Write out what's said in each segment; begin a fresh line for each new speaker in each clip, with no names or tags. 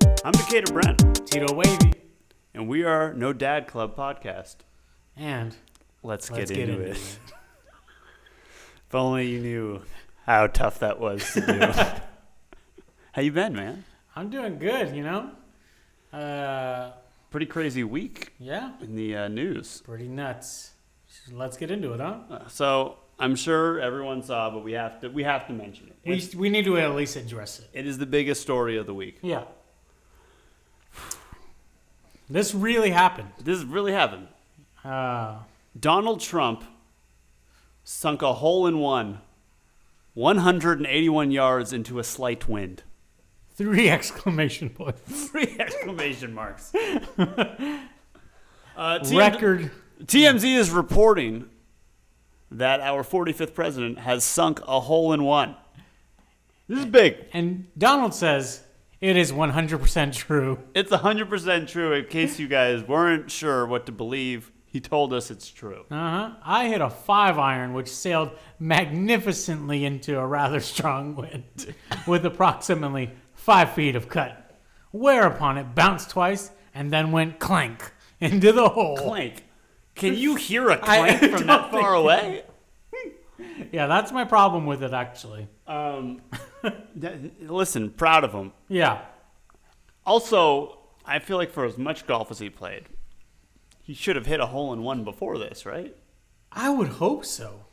Tater Brent,
Tito Wavy.
and we are No Dad Club podcast.
And
Let's,
let's
get, into, it. if only you knew how tough that was to do. how you been, man?
I'm doing good, you know? Uh,
Pretty crazy week
yeah,
in the uh, news.
pretty nuts. So Let's get into it, huh?
Uh, so I'm sure everyone saw, but we have to we have to mention it.
We,
It's-
we need to at least address it.
it is the biggest story of the week.
Yeah. This really happened.
This really happened.
Uh,
Donald Trump sunk a hole in one, 181 yards into a slight wind.
three exclamation points.
Three exclamation marks. Uh, TM
Record.
TMZ is reporting that our 45th president has sunk a hole in one. This is big.
And Donald says it is 100% true.
It's 100% true. In case you guys weren't sure what to believe, he told us it's true.
Uh huh. I hit a five iron, which sailed magnificently into a rather strong wind with approximately five feet of cut. Whereupon it bounced twice and then went clank into the hole.
Clank. Can you hear a
I
clank from that
don't think-
far away?
Yeah, that's my problem with it, actually.
Um, th- listen, proud of him.
Yeah.
Also, I feel like for as much golf as he played, he should have hit a hole in one before this, right?
I would hope so.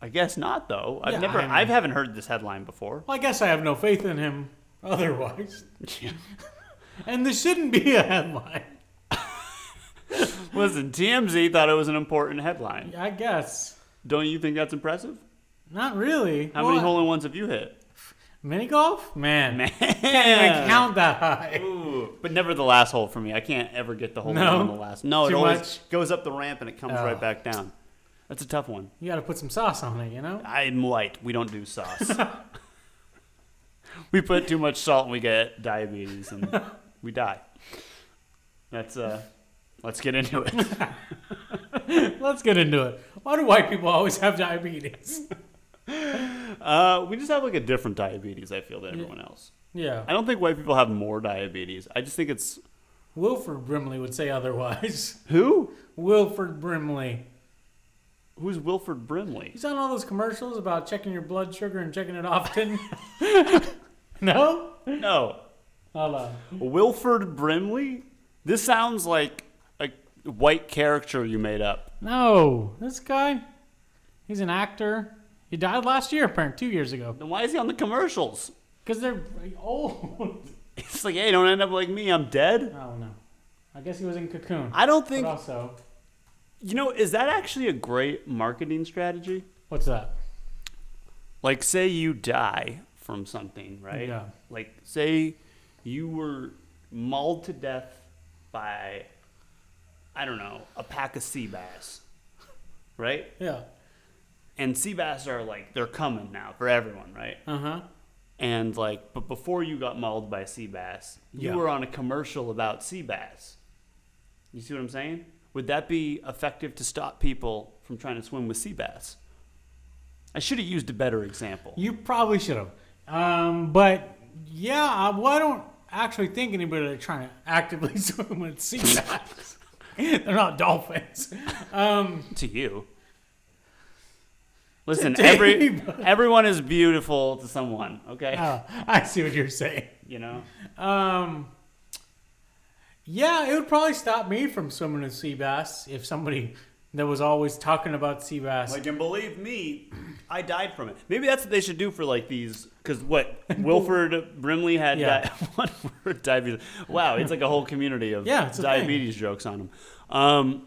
I guess not, though. I've
Yeah,
never,
I mean-
I haven't heard this headline before.
Well, I guess I have no faith in him otherwise. And this shouldn't be a headline.
Listen, TMZ thought it was an important headline.
I guess.
Don't you think that's impressive?
Not really.
How many
What?
hole in ones have you hit?
Mini golf? Man.
Man,
Can't even count that high.
Ooh, but never the last hole for me. I can't ever get the hole
No?
in on the last. No, it
Too
always
much?
goes up the ramp and it comes
Oh.
right back down. That's a tough one.
You gotta put some sauce on it, you know?
I'm white. We don't do sauce. we put too much salt and we get diabetes and we die. That's uh let's get into it.
Let's get into it. Why do white people always have diabetes?
Uh we just have like a different diabetes I feel than everyone else.
Yeah.
I don't think white people have more diabetes. I just think it's
Wilford Brimley would say otherwise.
who?
Wilford Brimley.
Who's Wilford Brimley?
He's on all those commercials about checking your blood sugar and checking it often. no?
No.
Hold on.
Wilford Brimley? This sounds like a white character you made up.
No. This guy, he's an actor. He died last year, apparently, two years ago.
Then why is he on the commercials?
Because they're old.
It's like, hey, don't end up like me. I'm dead.
oh, no. I guess he was in Cocoon.
I don't
But
think
also,
You know, is that actually a great marketing strategy?
what's that?
Like, say you die from something, right?
Yeah.
Like, say you were mauled to death by, I don't know, a pack of sea bass, right?
Yeah.
And sea bass are like, they're coming now for everyone, right?
Uh huh.
And like, but before you got mauled by sea bass, you
Yeah.
were on a commercial about sea bass. You see what I'm saying? Would that be effective to stop people from trying to swim with sea bass? I should have used a better example.
You probably should have. Um, but yeah, I, well, I don't actually think anybody that's trying to actively swim with sea bass. They're not dolphins. Um,
To you. Listen,
To
every,
Dave.
everyone is beautiful to someone, okay?
oh, I see what you're saying.
You know?
Um, yeah, it would probably stop me from swimming with sea bass if somebody that was always talking about sea bass.
Like, and believe me, I died from it. Maybe that's what they should do for like these. Because what Wilford Brimley had
Yeah.
di- one word diabetes. Wow, it's like a whole community of
Yeah, it's a
diabetes jokes on him. Um,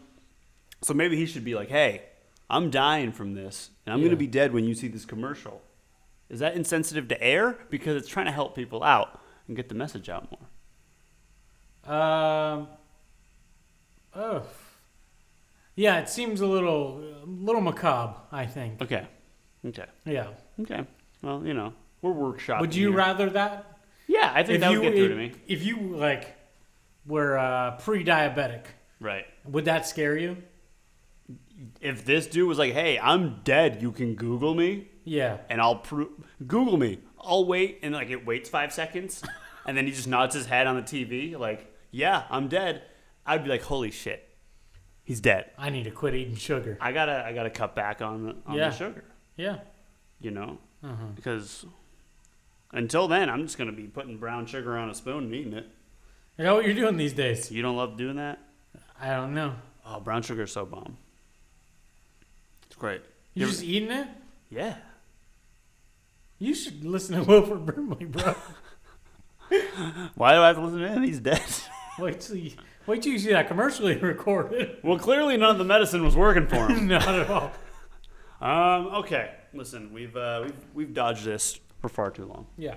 so maybe he should be like, "Hey, I'm dying from this, and I'm
Yeah.
gonna be dead when you see this commercial." Is that insensitive to air? Because it's trying to help people out and get the message out more.
Um, oh, yeah, it seems a little, a little macabre. I think.
Okay, okay,
Yeah.
okay. Well, you know, we're workshopping.
Would you
here.
rather that?
Yeah, I think that would get through to me.
If you like were uh, pre-diabetic,
Right.
would that scare you?
if this dude was like, "Hey, I'm dead. You can Google me,
Yeah.
and I'll prove Google me. I'll wait," and like it waits five seconds, and then he just nods his head on the TV, like, yeah, I'm dead. I'd be like, holy shit, he's dead.
I need to quit eating sugar.
I gotta, I gotta cut back on, the- on
Yeah. Uh-huh.
the sugar,
Yeah.
you know, because until then, I'm just gonna be putting brown sugar on a spoon and eating it.
You know what you're doing these days?
You don't love doing that?
I don't know.
Oh, brown sugar is so bomb. It's great. You
You
ever-
just eating it?
yeah.
You should listen to Wilford Brimley, bro.
Why do I have to listen to him? He's dead.
wait till you, wait till you see that commercial he recorded.
well, clearly none of the medicine was working for him.
Not at all.
Um. Okay. Listen, we've uh, we've we've dodged this for far too long.
Yeah.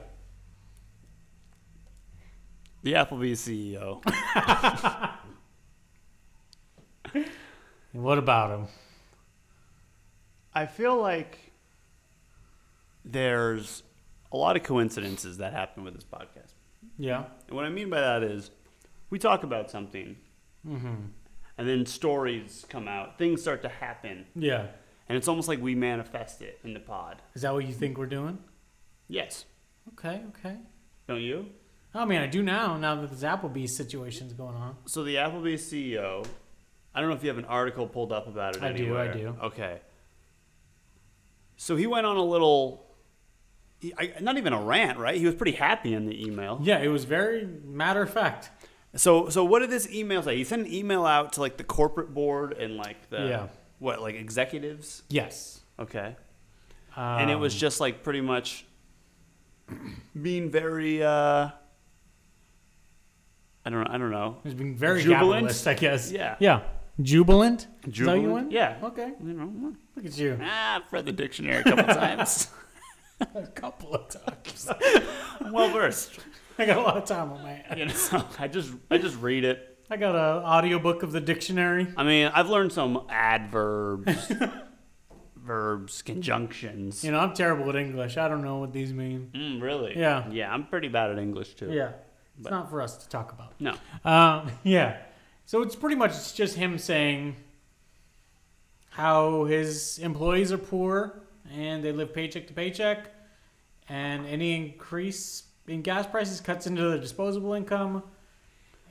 The Applebee's E CEO.
And what about him?
I feel like there's a lot of coincidences that happen with this podcast,
Yeah.
and what I mean by that is we talk about something, Mm-hmm. and then stories come out, things start to happen,
Yeah.
and it's almost like we manifest it in the pod.
Is that what you think we're doing?
Yes.
Okay, okay.
Don't you?
I mean, I do now, now that this Applebee's situation's going on.
So the Applebee's CEO, I don't know if you have an article pulled up about it.
I do, I
anywhere.
do.
Okay. So he went on a little, he, I, not even a rant, right? He was pretty happy in the email.
Yeah, it was very matter of fact.
So, so what did this email say? He sent an email out to like the corporate board and like the
Yeah.
what, like executives.
Yes.
Okay. and it was
Um,
just like pretty much being very. uh I don't. I don't know.
It's been very
Jubilant?
capitalist, I guess.
Yeah.
Yeah. Jubilant? Is that what you
Jubilant?
went?
Yeah.
Okay.
You know,
Look at you.
Ah, I've read the dictionary a couple times.
A couple of times.
I'm well versed.
I got a lot of time on my hands.
You know, I just I just read it.
I got an audiobook of the dictionary.
I mean, I've learned some adverbs, verbs, conjunctions.
You know, I'm terrible at English. I don't know what these mean.
Mm, really?
Yeah.
Yeah, I'm pretty bad at English too.
Yeah. It's
But-
not for us to talk about.
No.
Um, yeah. So it's pretty much it's just him saying how his employees are poor and they live paycheck to paycheck, and any increase in gas prices cuts into their disposable income,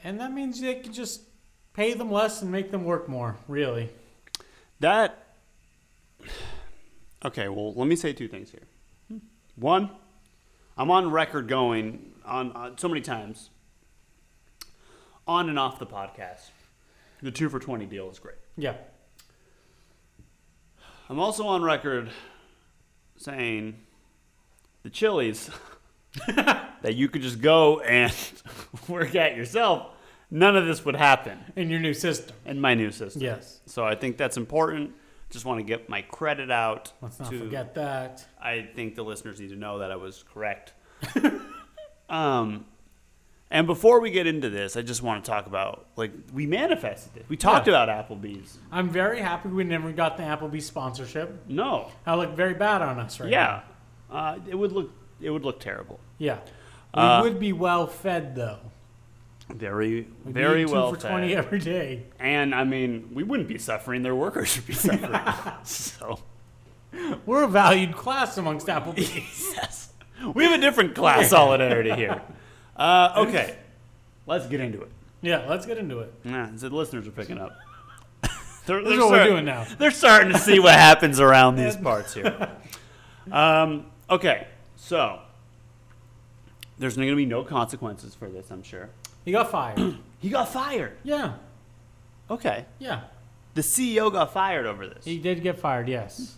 and that means they could just pay them less and make them work more. Really?
That. Okay, well, let me say two things here. One, I'm on record going on, on so many times, on and off the podcast. The two for 20 deal is great.
Yeah.
I'm also on record saying the chilies that you could just go and work at yourself, none of this would happen
In your new system.
in my new system.
Yes.
So I think that's important. Just want to get my credit out.
Let's not
to-
forget that.
I think the listeners need to know that I was correct. um, and before we get into this, I just want to talk about like we manifested it. We talked
Yeah.
about Applebee's.
I'm very happy we never got the Applebee sponsorship.
No,
I look very bad on us right now.
yeah, uh, it would look it would look terrible.
Yeah. We
Uh,
would be well fed though.
Very,
We'd be
very
two
well
for twenty
fed.
every day.
And I mean, we wouldn't be suffering; their workers should be suffering. so,
We're a valued class amongst Applebee's.
yes, we have a different class solidarity here. Uh, okay, let's get into it.
yeah, let's get into it.
Yeah, so the listeners are picking up. they're,
This
they're
is what we're
start-
doing now.
They're starting to see what happens around these parts here. Um, okay, so there's going to be no consequences for this, I'm sure.
He got fired.
He got fired.
yeah,
Okay,
yeah.
the CEO got fired over this.
He did get fired. Yes.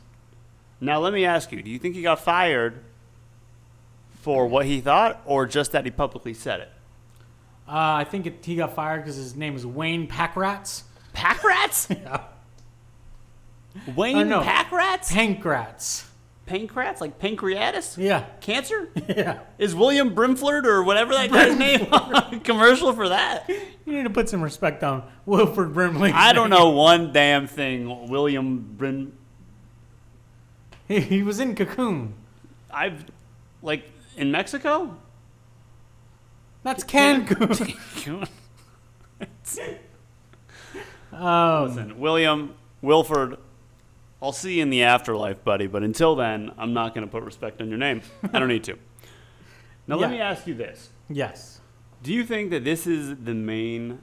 Now, let me ask you do you think he got fired for what he thought or just that he publicly said it?
Uh, I think it, he got fired because his name is Wayne Packrats.
Pack rats?
Yeah.
Wayne
Uh, no.
pack rats?
Pankrats.
Pancrats? Like pancreatitis?
Yeah.
Cancer?
Yeah.
Is William Brimford or whatever that guy's name on a commercial for that?
You need to put some respect on Wilford Brimley.
I don't know one damn thing. William Brim.
He, he was in Cocoon.
I've like in Mexico.
That's Cancun. um,
Listen, William Wilford. I'll see you in the afterlife, buddy. But until then, I'm not going to put respect on your name. I don't need to. Now let
Yeah.
me ask you this:
Yes.
Do you think that this is the main,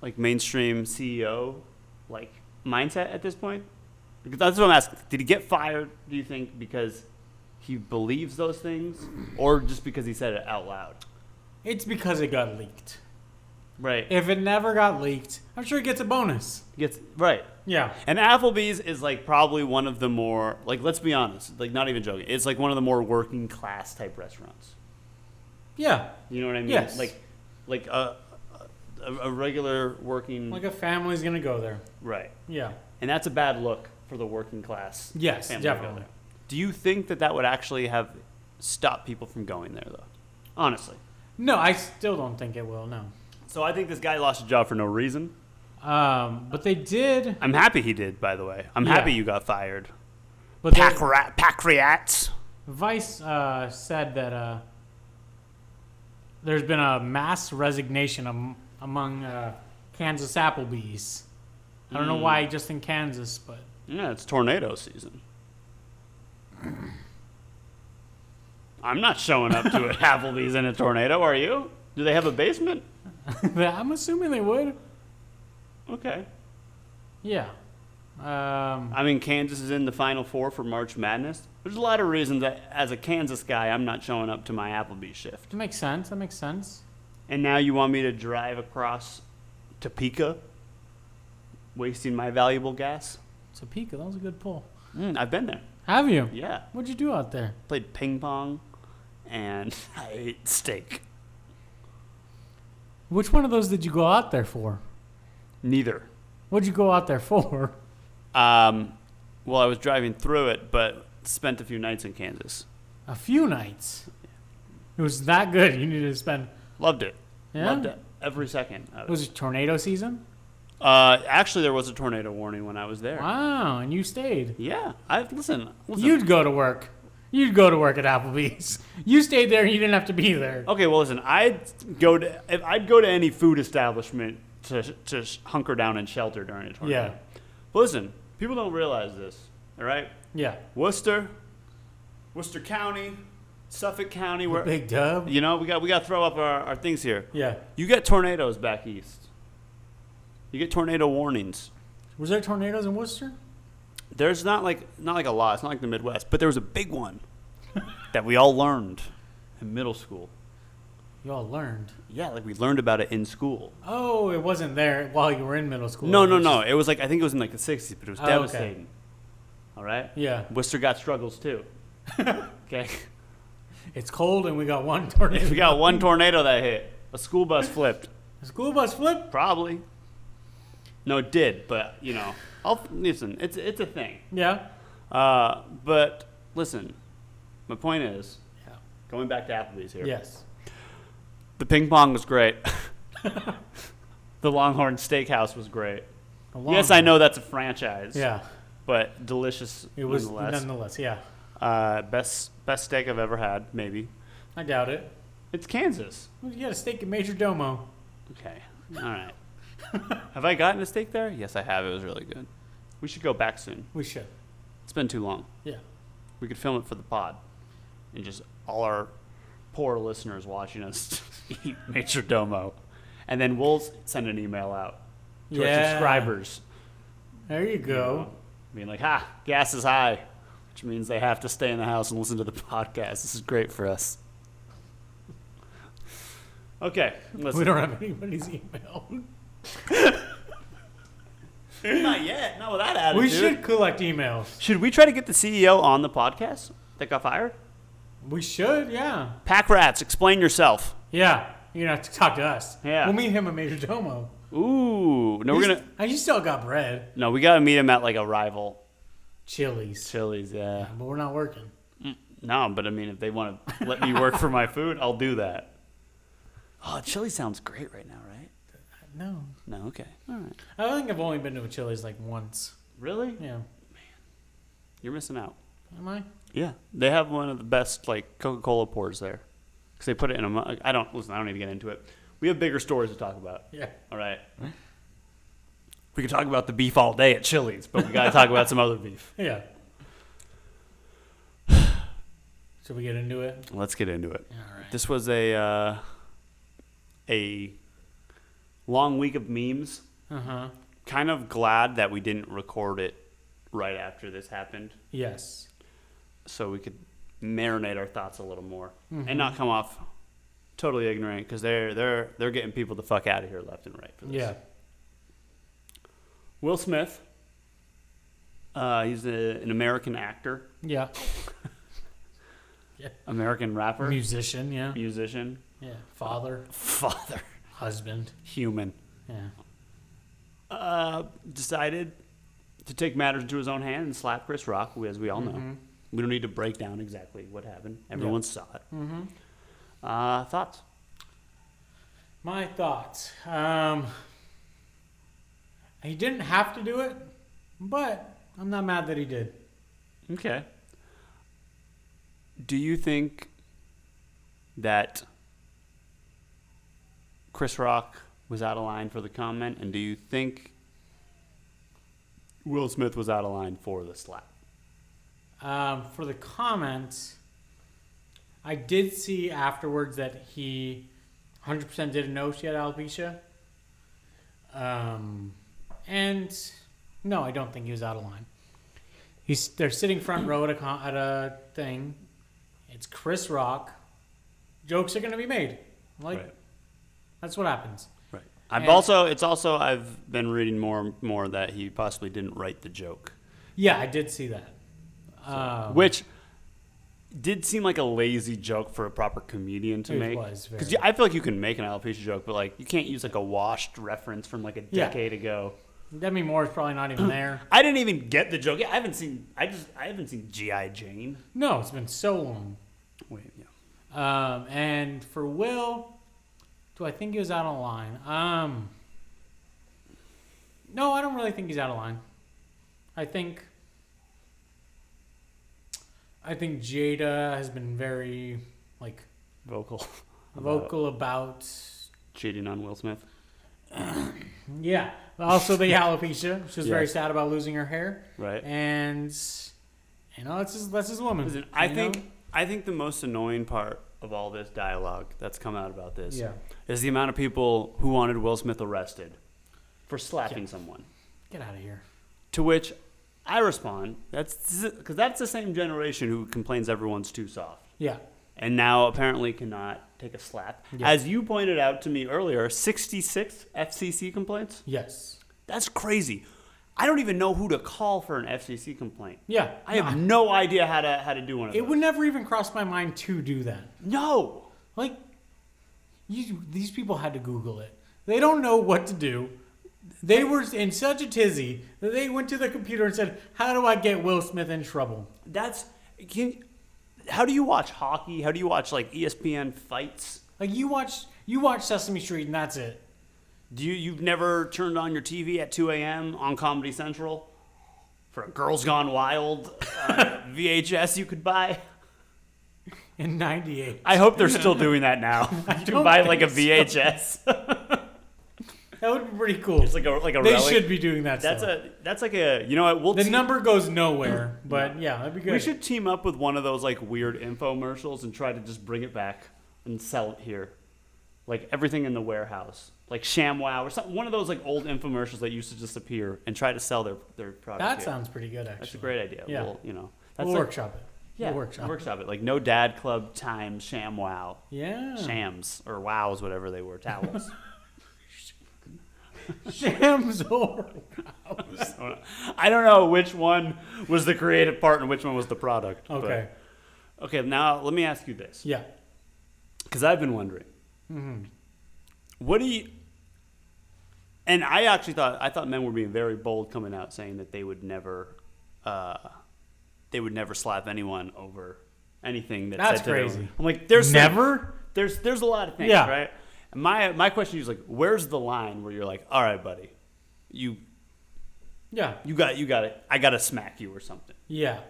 like mainstream CEO, like mindset at this point? Because that's what I'm asking. Did he get fired? Do you think because he believes those things, or just because he said it out loud?
It's because it got leaked.
Right.
If it never got leaked, I'm sure it gets a bonus.
Gets right.
Yeah.
And Applebee's is like probably one of the more like let's be honest, like not even joking. It's like one of the more working class type restaurants.
Yeah.
You know what I mean?
Yes.
Like like a a, a regular working
Like a family's going to go there.
right.
Yeah.
And that's a bad look for the working class.
Yes,
family to go
definitely.
there. Do you think that that would actually have stopped people from going there though? Honestly.
No, I still don't think it will, no.
So I think this guy lost a job for no reason.
Um, but they did.
I'm happy he did, by the way. I'm
Yeah.
happy you got fired.
But they-
Pack rat, pack rats.
Vice uh, said that uh, there's been a mass resignation am- among uh, Kansas Applebee's. I don't
Hmm.
know why just in Kansas, but
Yeah, it's tornado season. I'm not showing up to a Applebee's in a tornado, are you? Do they have a basement?
I'm assuming they would.
Okay.
Yeah. Um,
I mean, Kansas is in the Final Four for March Madness. There's a lot of reasons that, as a Kansas guy, I'm not showing up to my Applebee's shift.
that makes sense. That makes sense.
And now you want me to drive across Topeka, wasting my valuable gas?
Topeka, that was a good pull.
Mm, I've been there.
Have you?
Yeah.
What'd you do out there?
Played ping pong, and I ate steak.
Which one of those did you go out there for?
Neither.
What'd you go out there for?
Um, well, I was driving through it, but spent a few nights in Kansas.
A few nights. It was that good. You needed to spend.
Loved it.
Yeah.
Loved it. Every second. Of it.
Was it tornado season?
uh, actually, there was a tornado warning when I was there.
Wow, and you stayed.
Yeah. I listen. listen.
You'd go to work. You'd go to work at Applebee's. You stayed there. and You didn't have to be there.
okay. Well, listen. I'd go to if I'd go to any food establishment to to sh- hunker down and shelter during a tornado.
yeah,
But listen, people don't realize this. All right.
yeah.
Worcester, Worcester County, Suffolk County. Where
Big dub.
you know we got we got to throw up our, our things here.
Yeah.
You get tornadoes back east. You get tornado warnings.
Was there tornadoes in Worcester?
There's not like not like a lot. It's not like the Midwest, but there was a big one that we all learned in middle school.
Y'all learned.
Yeah, like we learned about it in school.
Oh, it wasn't there while you were in middle school.
No,
It
no,
was
no.
just-
It was like I think it was in like the 60s, but it was
Oh, okay.
devastating. All right.
yeah,
Worcester got struggles too. okay.
it's cold and we got one tornado.
We got one tornado that hit. A school bus flipped.
school bus flip.
Probably. No, it did, but you know, I'll listen. It's it's a thing.
Yeah.
Uh, but listen, my point is
Yeah.
going back to Applebee's here.
Yes.
The ping pong was great. the Longhorn Steakhouse was great.
A
yes,
long-
I know that's a franchise.
Yeah,
But delicious
it was
nonetheless.
nonetheless. Yeah,
uh, best best steak I've ever had, maybe.
I doubt it.
It's Kansas.
You got a steak at Major Domo.
Okay. All right. have I gotten a steak there? Yes, I have. It was really good. We should go back soon.
We should.
It's been too long.
Yeah.
We could film it for the pod, and just all our poor listeners watching us eat Major Domo, and then we'll s- send an email out to our
Yeah.
subscribers.
There you
you
go.
know, Being like, ha, gas is high, which means they have to stay in the house and listen to the podcast. This is great for us. Okay, listen.
We don't have anybody's email.
not yet. Not with that attitude.
We should collect emails.
Should we try to get the CEO on the podcast that got fired?
We should, yeah.
Pack rats, explain yourself.
Yeah. You're gonna have to talk to us.
Yeah.
We'll meet him at Major Domo.
Ooh, no, we're
He's-
gonna.
Uh, You still got bread.
No, we gotta meet him at like a rival
Chili's.
Chili's. Yeah.
But we're not working.
No, but I mean, if they want to let me work for my food, I'll do that. Oh, Chili sounds great right now, right?
No.
No, okay, all right.
I think I've only been to a Chili's like once.
Really?
Yeah.
You're missing out.
Am I?
Yeah, they have one of the best like Coca-Cola pours there because they put it in a mug. I don't listen. I don't need to get into it. We have bigger stories to talk about.
Yeah.
All right. We could talk about the beef all day at Chili's, but we got to talk about some other beef.
Yeah. Should we get into it?
Let's get into it.
All right.
This was a uh, a long week of memes.
Uh huh.
Kind of glad that we didn't record it right after this happened,
Yes.
so we could marinate our thoughts a little more and not come off totally ignorant because they're they're they're getting people the fuck out of here left and right for this.
Yeah.
Will Smith. Uh, he's a, an American actor,
Yeah.
American rapper,
Musician. Yeah.
musician,
Yeah. Father.
father,
Husband.
human.
Yeah.
uh, decided to take matters into his own hand and slap Chris Rock, who, as we all know. We don't need to break down exactly what happened. Everyone saw it.
Mm-hmm.
Uh, thoughts?
My thoughts. Um, he didn't have to do it, but I'm not mad that he did.
Okay. Do you think that Chris Rock was out of line for the comment? And do you think Will Smith was out of line for the slap?
Um, for the comments, I did see afterwards that he 100% didn't know she had alopecia. Um, and no, I don't think he was out of line. He's they're sitting front row at a con- at a thing. It's Chris Rock. Jokes are gonna be made. Like
Right.
that's what happens.
Right. I've
And-
also it's also I've been reading more and more that he possibly didn't write the joke.
Yeah, I did see that. Um,
which did seem like a lazy joke for a proper comedian to
It
make.
was very-
Because I feel like you can make an alopecia joke, but like you can't use like a washed reference from like a
Yeah.
decade ago.
Demi Moore's probably not even there.
I didn't even get the joke. I haven't seen. I just I haven't seen GI Jane.
No, it's been so long.
Wait, yeah.
Um, and for Will, do I think he was out of line? Um, no, I don't really think he's out of line. I think I think Jada has been very like
Vocal About
vocal about
cheating on Will Smith.
yeah. Also the alopecia. She was very
Yes.
sad about losing her hair,
Right.
and you know that's his that's his woman.
Listen, I
you
think
know?
I think the most annoying part of all this dialogue that's come out about this
Yeah.
is the amount of people who wanted Will Smith arrested for slapping someone.
get out of here.
To which I respond, that's because that's the same generation who complains everyone's too soft.
Yeah,
And now apparently cannot take a slap.
Yeah.
As you pointed out to me earlier, 66 FCC complaints?
yes,
That's crazy. I don't even know who to call for an FCC complaint.
yeah.
I have no idea how to how to do one of
It
those.
would never even cross my mind to do that.
no.
Like, you, these people had to Google it. They don't know what to do. They were in such a tizzy that they went to the computer and said, "How do I get Will Smith in trouble?"
That's can how do you watch hockey? How do you watch like E ESPN fights?
Like you watch, you watch Sesame Street, and that's it.
Do you you've never turned on your TV at 2 a.m. on Comedy Central for a Girls Gone Wild uh, VHS you could buy?
In '98,
I hope they're still doing that now. you can
don't
buy like a
think so.
VHS.
that would be pretty cool.
it's like a like a
they
relic.
should be doing that.
that's
still.
a that's like a you know what we'll
the
te-
number goes nowhere, but yeah, that'd be good.
we should team up with one of those like weird infomercials and try to just bring it back and sell it here, like everything in the warehouse, like ShamWow or something. One of those like old infomercials that used to just appear and try to sell their their product.
That
here.
sounds pretty good, actually.
That's a great idea.
Yeah.
We'll, you know, that's
We'll
like-
workshop it.
yeah,
we'll workshop. it.
it. Like no dad club time, sham wow,
Yeah.
shams or wows, whatever they were, towels.
Shams or
I don't know which one was the creative part and which one was the product. but-
okay.
okay. Now let me ask you this,
Yeah.
because I've been wondering,
Mm-hmm.
what do you? And I actually thought I thought men were being very bold coming out saying that they would never, uh, they would never slap anyone over anything that
That's
said to them.
crazy.
I'm like, there's some-
never.
there's there's a lot of things,
Yeah.
right? And My my question is like, where's the line where you're like, all right, buddy, you
Yeah.
you got you got it. I gotta smack you or something.
Yeah.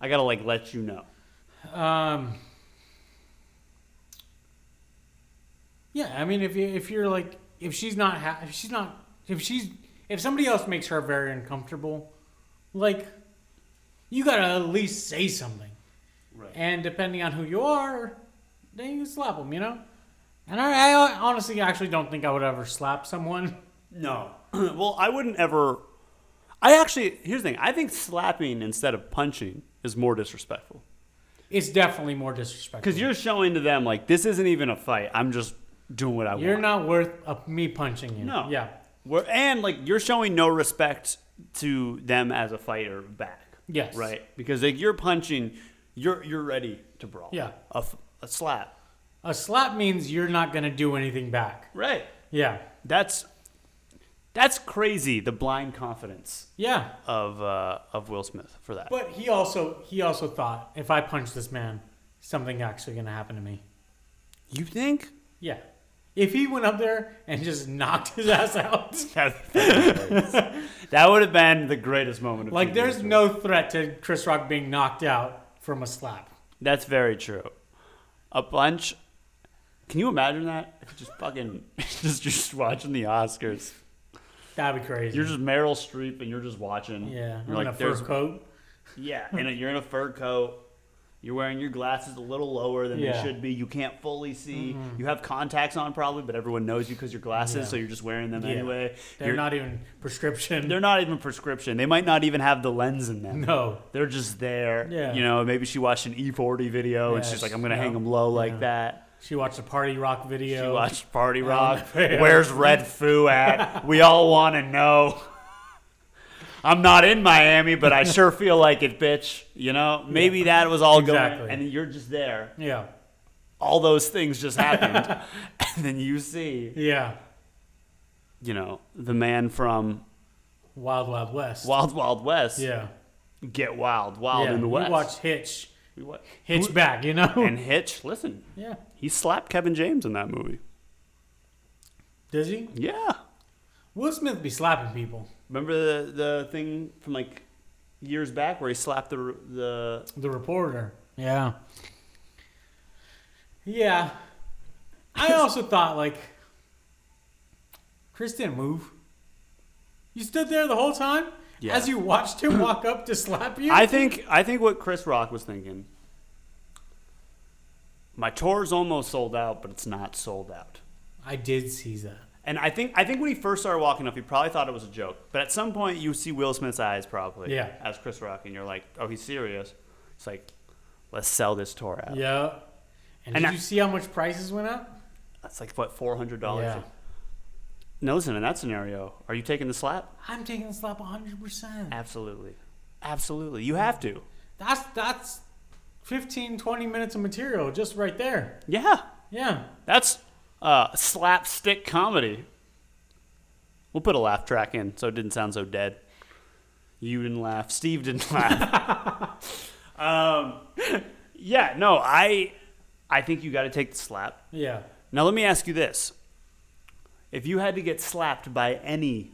I gotta like let you know.
Um. Yeah, I mean, if you if you're like if she's not ha- if she's not if she's if somebody else makes her very uncomfortable, like you gotta at least say something.
Right.
And depending on who you are, then you can slap them, you know? And I, I honestly actually don't think I would ever slap someone.
No. well, I wouldn't ever. I actually here's the thing. I think slapping instead of punching is more disrespectful
It's definitely more disrespectful.
because you're showing to them like this isn't even a fight. I'm just doing what I
You're
want.
not worth a, me punching you.
No.
Yeah.
We're- and like you're showing no respect to them as a fighter back.
Yes.
Right. Because like you're punching, you're you're ready to brawl.
Yeah.
A, f- a slap.
A slap means you're not going to do anything back.
Right.
Yeah.
That's that's crazy. The blind confidence
Yeah.
of uh, of Will Smith for that.
But he also he also thought if I punch this man, something actually going to happen to me.
you think?
Yeah. If he went up there and just knocked his ass out,
That, that would have been the greatest moment. Of
like
TV
there's
history.
no threat to Chris Rock being knocked out from a slap.
That's very true. A punch. Can you imagine that? If you Just fucking just just watching the Oscars.
That'd be crazy.
You're just Meryl Streep and you're just watching.
yeah,
You're
I'm in
like
a fur
there's
coat.
Yeah, and you're in a fur coat. You're wearing your glasses a little lower than they
Yeah. Mm-hmm.
should be. You can't fully see. You have contacts on probably, but everyone knows you because your glasses,
Yeah.
so you're just wearing them
Yeah.
anyway.
They're
You're-
not even prescription.
They're not even prescription. They might not even have the lens in them.
no.
They're just there.
Yeah.
You know, maybe she watched an E40 video and she's
Yes.
like, I'm going to
Yeah.
hang them low
Yeah.
like that.
She watched a Party Rock video.
She watched Party Rock.
yeah.
Where's Red Foo at? we all want to know. I'm not in Miami, but I sure feel like it, bitch. You know, maybe that was all
Exactly.
going and you're just there.
Yeah.
All those things just happened. and then you see,
Yeah.
you know, the man from
Wild Wild West.
Wild Wild West
yeah.
get wild, wild
yeah.
in the West.
We watched Hitch.
We wa-
Hitch back, you know?
and Hitch, listen,
yeah.
He slapped Kevin James in that movie.
Does he?
Yeah.
Will Smith be slapping people?
Remember the the thing from like years back where he slapped the the
The reporter. Yeah. Yeah. I also thought like Chris didn't move. You stood there the whole time
Yeah.
as you watched him walk up to slap you.
I think I think what Chris Rock was thinking my tour's almost sold out, but it's not sold out.
I did see that.
And I think I think when he first started walking up, he probably thought it was a joke. But at some point, you see Will Smith's eyes probably
Yeah.
as Chris Rock, and you're like, "Oh, he's serious." It's like, let's sell this tour out.
Yeah. And,
And
did
I-
you see how much prices went up?
That's like what four hundred dollars.
Yeah.
No, listen. In that scenario, are you taking the slap?
I'm taking the slap 100%.
Absolutely. Absolutely. You have to.
That's that's 15 20 minutes of material just right there.
Yeah.
Yeah.
That's uh, slapstick comedy. We'll put a laugh track in so it didn't sound so dead. You didn't laugh. Steve didn't laugh. um, yeah, no, I, I think you got to take the slap.
Yeah.
Now, let me ask you this. If you had to get slapped by any,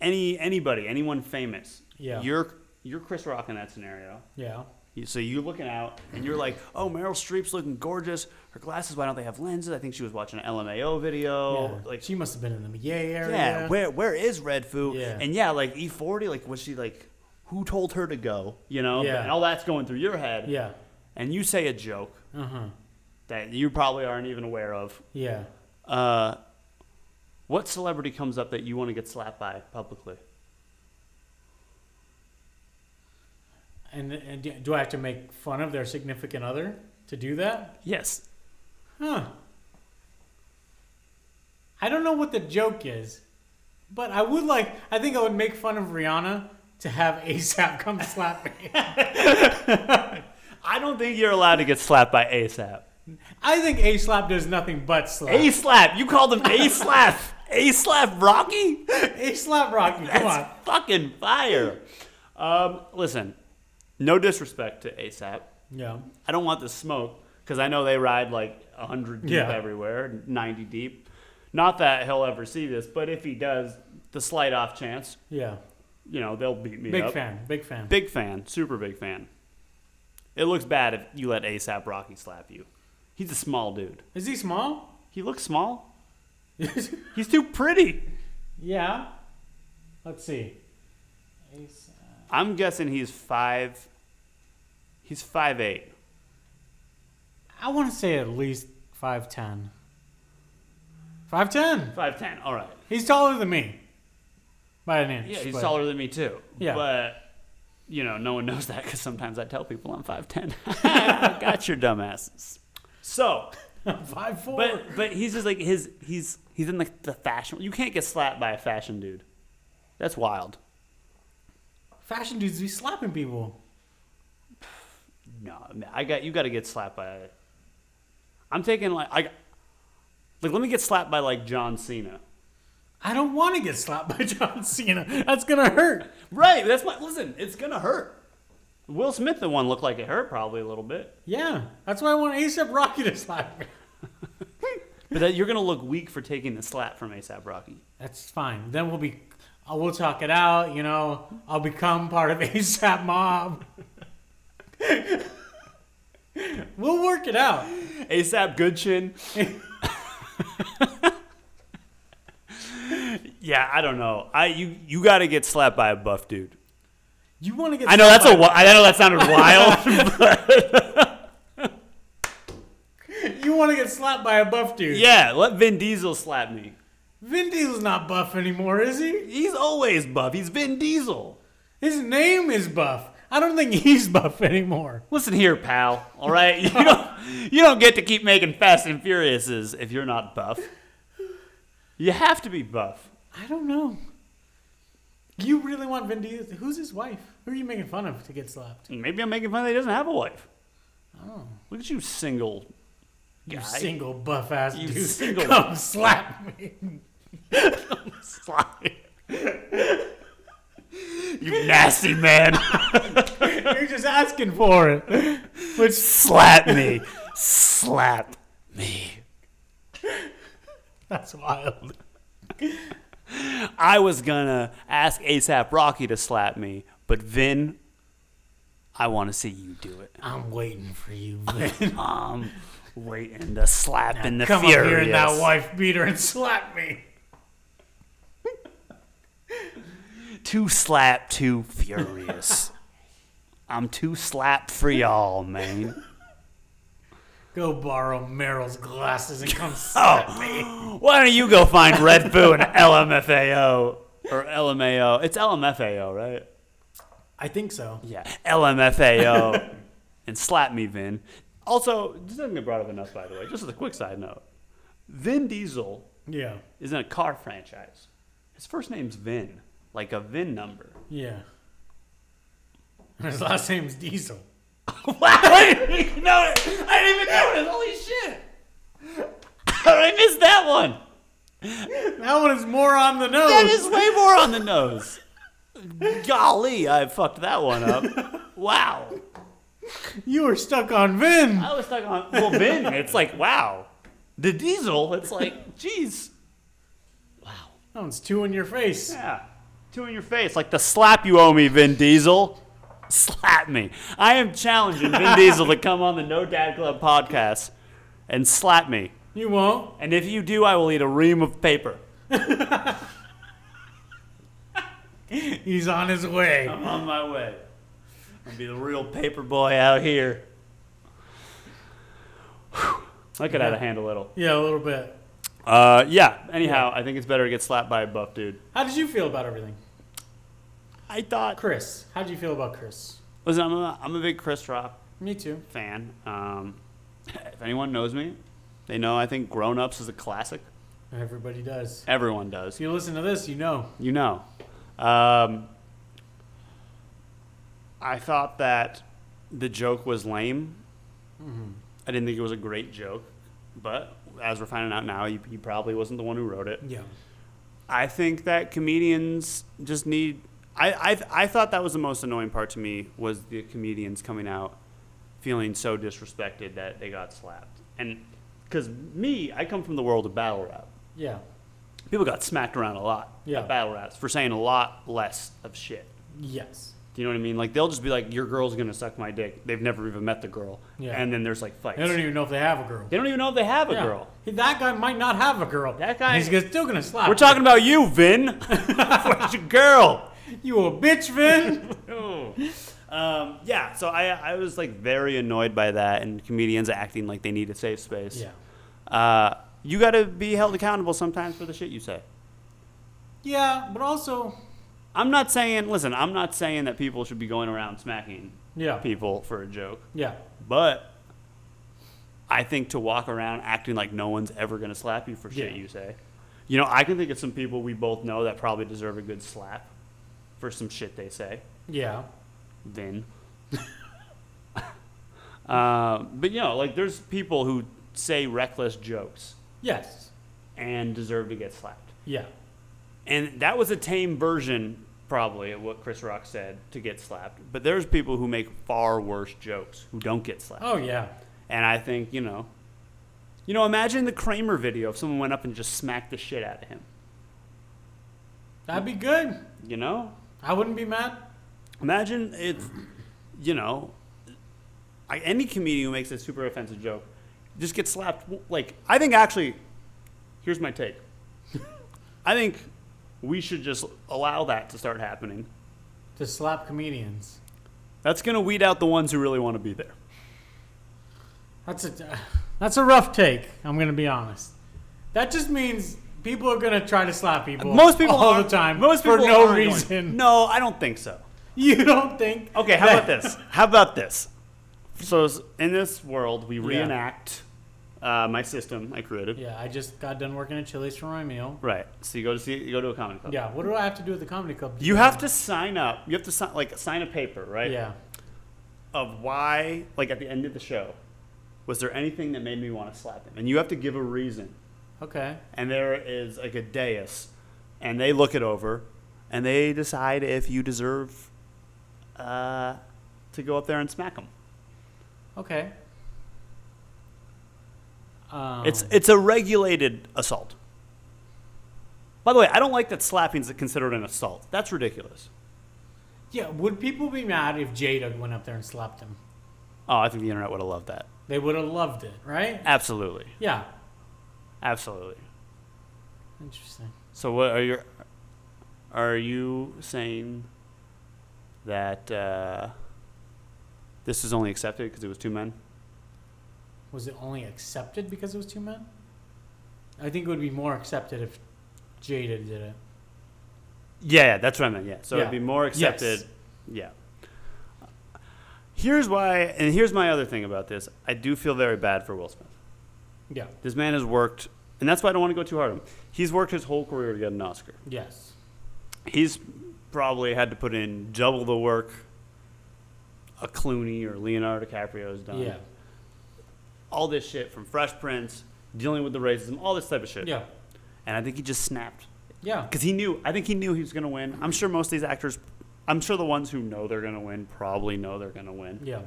any anybody, anyone famous,
Yeah.
you're, you're Chris Rock in that scenario.
Yeah.
You- So you're looking out and you're like, oh, Meryl Streep's looking gorgeous. Her glasses, why don't they have lenses? I think she was watching an LMAO video.
yeah.
Oh, Like,
she must have been in the yay area.
yeah, where where is Red Foo?
Yeah.
And yeah, like E40, like, was she like, who told her to go? You know?
Yeah.
And all that's going through your head.
Yeah.
And you say a joke
Uh huh.
that you probably aren't even aware of.
Yeah.
Uh, what celebrity comes up that you want to get slapped by publicly?
And, and do- do I have to make fun of their significant other to do that?
Yes.
Huh. I don't know what the joke is, but I would like. I think I would make fun of Rihanna to have ASAP come slap me.
I don't think you're allowed to get slapped by ASAP.
I think A slap does nothing but slap.
A slap. You called him A slap. A slap Rocky?
A slap Rocky. Come on.
That's fucking fire. Um, listen, no disrespect to ASAP.
Yeah.
I don't want the smoke because I know they ride like 100 deep
Yeah.
everywhere, 90 deep. Not that he'll ever see this, but if he does, the slight off chance,
Yeah.
you know, they'll beat me
Big
up.
fan. Big fan.
Big fan. Super big fan. It looks bad if you let ASAP Rocky slap you. He's a small dude.
Is he small?
He looks small. He's too pretty.
yeah. Let's see. ASAP.
I'm guessing he's five He's 5'8.
I want to say at least 5'10. 5'10.
5'10. All right.
He's taller than me by an inch.
Yeah, he's
but-
taller than me too.
Yeah.
But you know, no one knows that because sometimes I tell people I'm five ten. I got your dumbasses. So,
5'4.
but but he's just like his he's he's in the, the fashion. You can't get slapped by a fashion dude. That's wild.
Fashion dudes be slapping people.
No, man, I got you. Got to get slapped by. I'm taking like I like let me get slapped by like John Cena.
I don't want to get slapped by John Cena. That's going to hurt.
Right. That's my listen. It's gonna hurt. Will Smith the one looked like it hurt probably a little bit.
Yeah, that's why I want ASAP Rocky to slap me.
But that, you're gonna look weak for taking the slap from ASAP Rocky.
That's fine. Then we'll be, uh, we'll talk it out. You know, I'll become part of ASAP Mob. we'll work it out.
ASAP Goodchin. yeah, I don't know. I you you got to get slapped by a buff dude.
You want to get?
I know
slapped
that's a wi- I know that sounded wild.
by- You want to get slapped by a buff dude?
yeah, let Vin Diesel slap me.
Vin Diesel's not buff anymore, is he?
He's always buff. He's Vin Diesel.
His name is Buff. I don't think he's buff anymore.
Listen here, pal. All right, you don't you don't get to keep making Fast and Furiouses if you're not buff. You have to be buff.
I don't know. You really want Vin Diesel? Who's his wife? Who are you making fun of to get slapped?
Maybe I'm making fun that he doesn't have a wife.
Oh.
Look at you, single guy.
You single buff ass
You
dude.
single-
Come slap me.
Sorry. you nasty man.
You're just asking for it. Which
Slap me. Slap me.
that's wild.
I was gonna ask ASAP Rocky to slap me, but Vin, I wanna see you do it.
I'm waiting for you, Vin.
Um waiting to slap in the
Come
furious.
up here in that wife beater and slap me.
Too slap, too furious. I'm too slap for y'all, man.
Go borrow Meryl's glasses and come slap me.
Oh, why don't you go find Red Boo and LMFAO or LMAO? It's LMFAO, right?
I think so.
Yeah, LMFAO. and slap me, Vin. Also, this doesn't get brought up enough, by the way. Just as a quick side note, Vin Diesel
Yeah.
is in a car franchise. His first name's Vin, like a VIN number.
Yeah. His last name's Diesel.
wow! I didn't even notice. I didn't even notice. Holy shit! How did I miss that one?
That one is more on the nose.
That is way more on the nose. Golly, I fucked that one up. Wow.
you were stuck on Vin.
I was stuck on well Vin. It's like wow, the diesel. It's like geez, wow,
That one's two in your face.
yeah, two in your face. Like the slap you owe me, Vin Diesel. Slap me. I am challenging Vin Diesel to come on the No Dad Club podcast and slap me.
You won't.
And if you do, I will eat a ream of paper.
He's on his way.
I'm on my way. I'll be the real paper boy out here. Whew. I could have to handle a little.
Yeah, a little bit.
Uh, yeah. Anyhow, I think it's better to get slapped by a buff dude.
How did you feel about everything?
I thought.
Chris, how did you feel about Chris?
Listen, I'm a, I'm a big Chris Rock
Me too.
fan. Um, if anyone knows me, they know I think Grown Ups is a classic.
Everybody does.
Everyone does.
If you listen to this, you know.
You know. Um, I thought that the joke was lame. I didn't think it was a great joke, but as we're finding out now, he, he probably wasn't the one who wrote it.
Yeah.
I think that comedians just need. I, I I thought that was the most annoying part to me was the comedians coming out feeling so disrespected that they got slapped. And because me, I come from the world of battle rap.
Yeah.
People got smacked around a lot
Yeah.
at battle raps for saying a lot less of shit.
Yes.
Do you know what I mean? Like they'll just be like, "Your girl's gonna suck my dick." They've never even met the girl,
Yeah.
and then there's like fights.
They don't even know if they have a girl.
even know if they have a
Yeah.
girl.
Hey, That guy might not have a girl.
That guy-
He's gonna- still gonna slap.
We're
you.
talking about you, Vin. Where's your girl?
You a bitch, Vin.
Oh. Um, yeah, so I, I was like very annoyed by that and comedians acting like they need a safe space.
Yeah.
Uh, you got to be held accountable sometimes for the shit you say.
Yeah, but also,
I'm not saying, listen, I'm not saying that people should be going around smacking
yeah,
people for a joke,
yeah,
but I think to walk around acting like no one's ever going to slap you for shit
Yeah.
you say. You know, I can think of some people we both know that probably deserve a good slap for some shit they say.
yeah,
Vin. uh, but you know, like there's people who say reckless jokes
yes,
and deserve to get slapped.
yeah,
And that was a tame version, probably, of what Chris Rock said to get slapped. But there's people who make far worse jokes who don't get slapped.
oh yeah,
And I think, you know, you know, imagine the Kramer video if someone went up and just smacked the shit out of him.
that'd be good.
You know,
I wouldn't be mad.
Imagine if, you know, I, any comedian who makes a super offensive joke just gets slapped. Like, I think actually, here's my take. I think we should just allow that to start happening.
to slap comedians.
That's going to weed out the ones who really want to be there.
That's a that's a rough take. I'm gonna be honest. That just means people are gonna try to slap people.
Most people
all
aren't-
the time.
Most
for
people
no
aren't going-
reason.
No, I don't think so.
You don't think?
Okay, how
that-
about this? How about this? So s- in this world, we reenact uh, my system I created.
Yeah, I just got done working at Chili's for my meal.
Right. So you go to see you go to a comedy club.
Yeah. What do I have to do at the comedy club?
You have to sign up. You have to sign like sign a paper, right?
Yeah.
Of why, like at the end of the show, was there anything that made me want to slap him? And you have to give a reason.
Okay.
And there is like a dais, and they look it over, and they decide if you deserve uh, to go up there and smack him.
Okay. Um,
It's it's a regulated assault. By the way, I don't like that slapping is considered an assault. That's ridiculous.
yeah. Would people be mad if Jada went up there and slapped him?
Oh, I think the internet would have loved that.
They would have loved it, right?
Absolutely,
Yeah.
absolutely.
Interesting.
So what are your are you saying that uh, this is only accepted because it was two men?
Was it only accepted because it was two men? I think it would be more accepted if Jada did it.
Yeah, yeah that's what I meant. Yeah, so
Yeah.
it'd be more
Yes.
accepted. Yeah. Here's why, and here's my other thing about this. I do feel very bad for Will Smith.
Yeah.
This man has worked, and that's why I don't want to go too hard on him. He's worked his whole career to get an Oscar.
Yes.
he's probably had to put in double the work a Clooney or Leonardo DiCaprio's done.
Yeah.
All this shit from Fresh Prince, dealing with the racism, all this type of shit.
Yeah.
And I think he just snapped
Yeah.
because he knew. I think he knew he was going to win. I'm sure most of these actors, I'm sure the ones who know they're going to win probably know they're going to win.
Yeah.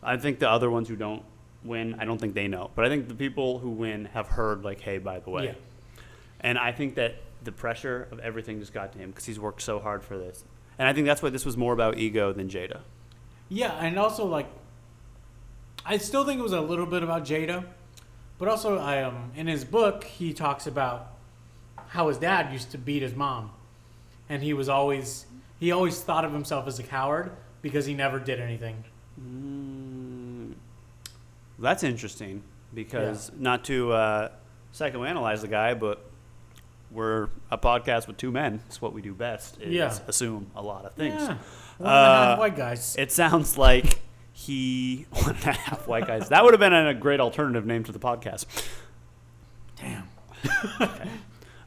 I think the other ones who don't win, I don't think they know. But I think the people who win have heard like, hey, by the way.
Yeah.
And I think that the pressure of everything just got to him because he's worked so hard for this. And I think that's why this was more about ego than Jada.
Yeah, and also like, I still think it was a little bit about Jada, but also I um in his book he talks about how his dad used to beat his mom, and he was always he always thought of himself as a coward because he never did anything.
Mm, That's interesting because not to uh, psychoanalyze the guy, but we're a podcast with two men. It's what we do best. Is
Yeah.
assume a lot of things.
Yeah, one and a
Uh,
half white guys.
It sounds like he one and a half white guys. That would have been a great alternative name to the podcast.
Damn.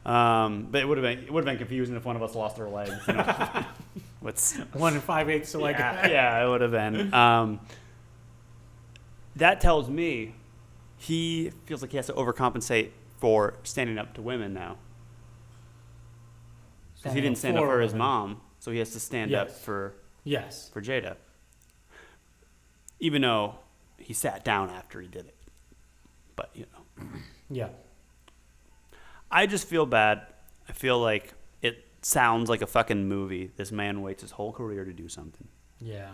Um, but it would have been it would have been confusing if one of us lost our legs. You know? What's
One and five eighths of white
yeah,
guy.
yeah, it would have been. Um, that tells me he feels like he has to overcompensate for standing up to women now. Because he
Standing
didn't stand up
for
for his
women.
mom, so he has to stand up
Yes.
for,
Yes.
for Jada. Even though he sat down after he did it. But, you know.
Yeah.
I just feel bad. I feel like it sounds like a fucking movie. This man waits his whole career to do something.
Yeah.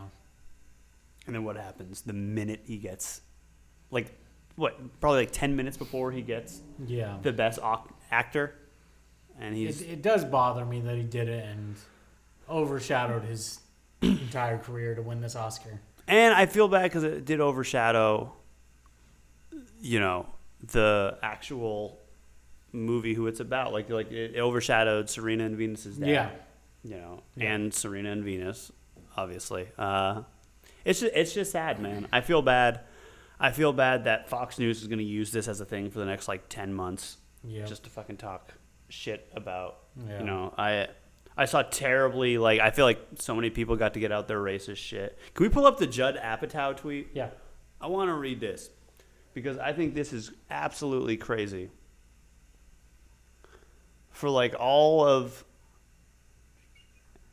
And then what happens the minute he gets, like, what, probably like 10 minutes before he gets
Yeah.
the best au- actor? And he's,
It, it does bother me that he did it and overshadowed his entire career to win this Oscar.
And I feel bad because it did overshadow, you know, the actual movie who it's about. Like, like it overshadowed Serena and Venus's dad.
Yeah.
You know,
Yeah.
and Serena and Venus, obviously. Uh, it's just, it's just sad, man. I feel bad. I feel bad that Fox News is going to use this as a thing for the next like ten months,
Yeah.
just to fucking talk shit about.
Yeah.
You know, I. I saw terribly like I feel like so many people got to get out their racist shit. Can we pull up the Judd Apatow tweet?
yeah.
I want to read this because I think this is absolutely crazy. For like all of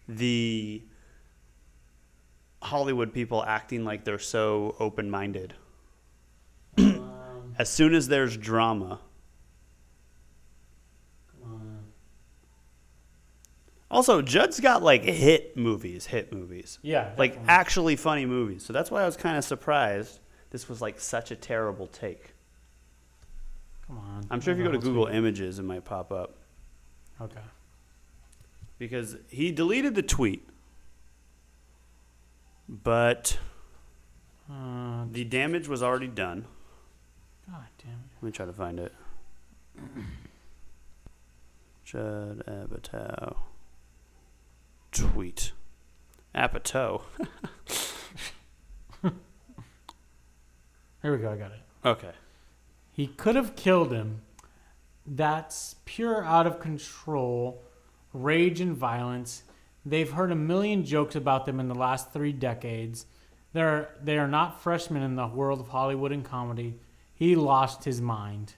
the Hollywood people acting like they're so open minded.
Um,
As soon as there's drama,
um,
also Judd's got like hit movies, hit movies.
yeah.
Like
definitely.
actually funny movies. So that's why I was kind of surprised this was like such a terrible take.
Come on.
I'm sure if you go to
Hold on,
Google Images, it might pop up.
let's- Okay.
because he deleted the tweet, but
Uh,
the damage was already done.
God damn it.
Let me try to find it. Judd Apatow tweet. Apatow.
Here we go. I got it.
Okay.
He could have killed him. That's pure out of control rage and violence. They've heard a million jokes about them in the last three decades. They're they are not freshmen in the world of Hollywood and comedy. He lost his mind.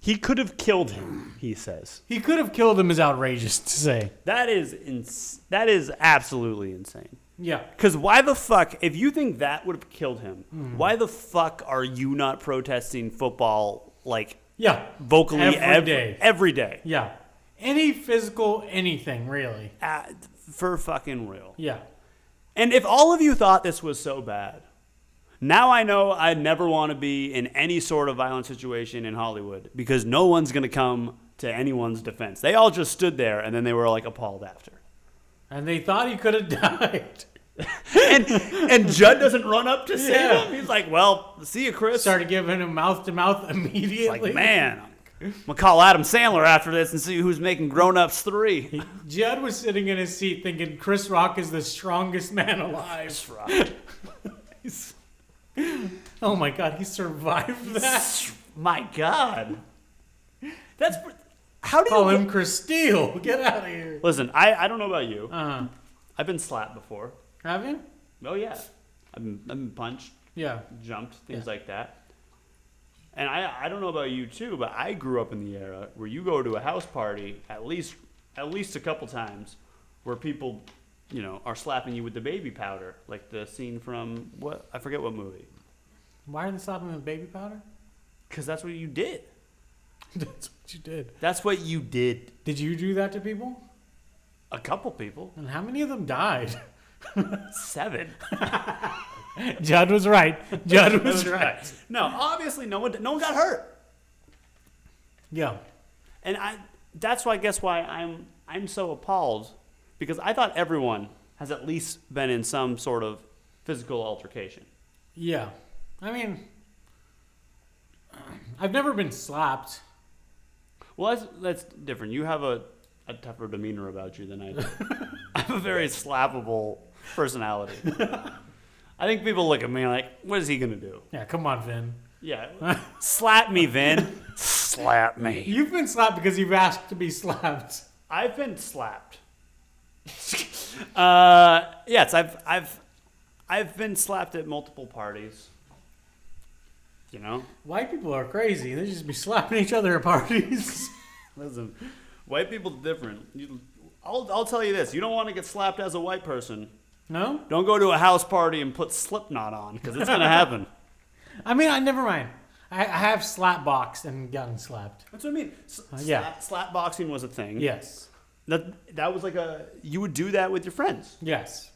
He could have killed him, he says.
He could have killed him is outrageous to say.
That is ins- that is absolutely insane.
Yeah.
Because why the fuck, if you think that would have killed him, why the fuck are you not protesting football like
Yeah.
vocally
Every
ev-
day.
Every day.
Yeah. Any physical anything really.
Uh, for fucking real.
Yeah.
And if all of you thought this was so bad, now I know I never want to be in any sort of violent situation in Hollywood because no one's going to come to anyone's defense. They all just stood there and then they were like appalled after.
And they thought he could have died.
And and Judd doesn't run up to save
Yeah.
him. He's like, "Well, see you, Chris."
Started giving him mouth to mouth immediately.
like, man, I'm gonna call Adam Sandler after this and see who's making Grown Ups three.
Judd was sitting in his seat thinking Chris Rock is the strongest man alive.
That's right.
Oh my god, he survived that.
My God, that's how do
Call
you
him Chris Steele. Get out of here.
Listen, I, I don't know about you.
Uh,
I've been slapped before.
have you?
Oh yeah, I've been, I've been punched,
Yeah.
jumped, things
Yeah.
like that. And I I don't know about you too, but I grew up in the era where you go to a house party at least at least a couple times where people you know are slapping you with the baby powder, like the scene from what I forget what movie,
Why are they slapping him with baby powder?
because that's what you did.
That's what you did.
That's what you did.
Did you do that to people?
A couple people,
And how many of them died?
seven.
Judd was right. Judd
That was right. No, obviously no one no one got hurt.
Yeah.
And I that's why I guess why I'm I'm so appalled because I thought everyone has at least been in some sort of physical altercation.
Yeah. I mean, I've never been slapped.
Well, that's that's different. You have a, a tougher demeanor about you than I do. I'm a very slappable personality. I think people look at me like, "What is he gonna do?"
Yeah, come on, Vin.
Yeah, slap me, Vin. slap me.
You've been slapped because you've asked to be slapped.
I've been slapped. uh, yes, I've I've I've been slapped at multiple parties. You know,
White people are crazy. They just be slapping each other at parties.
listen, white people different. You, I'll I'll tell you this: you don't want to get slapped as a white person.
no?
Don't go to a house party and put Slipknot on because it's gonna happen.
I mean, I never mind. I, I have slap boxed and gotten slapped.
That's what I mean. S-
yeah.
slap, slap boxing was a thing.
Yes.
that that was like a you would do that with your friends.
Yes.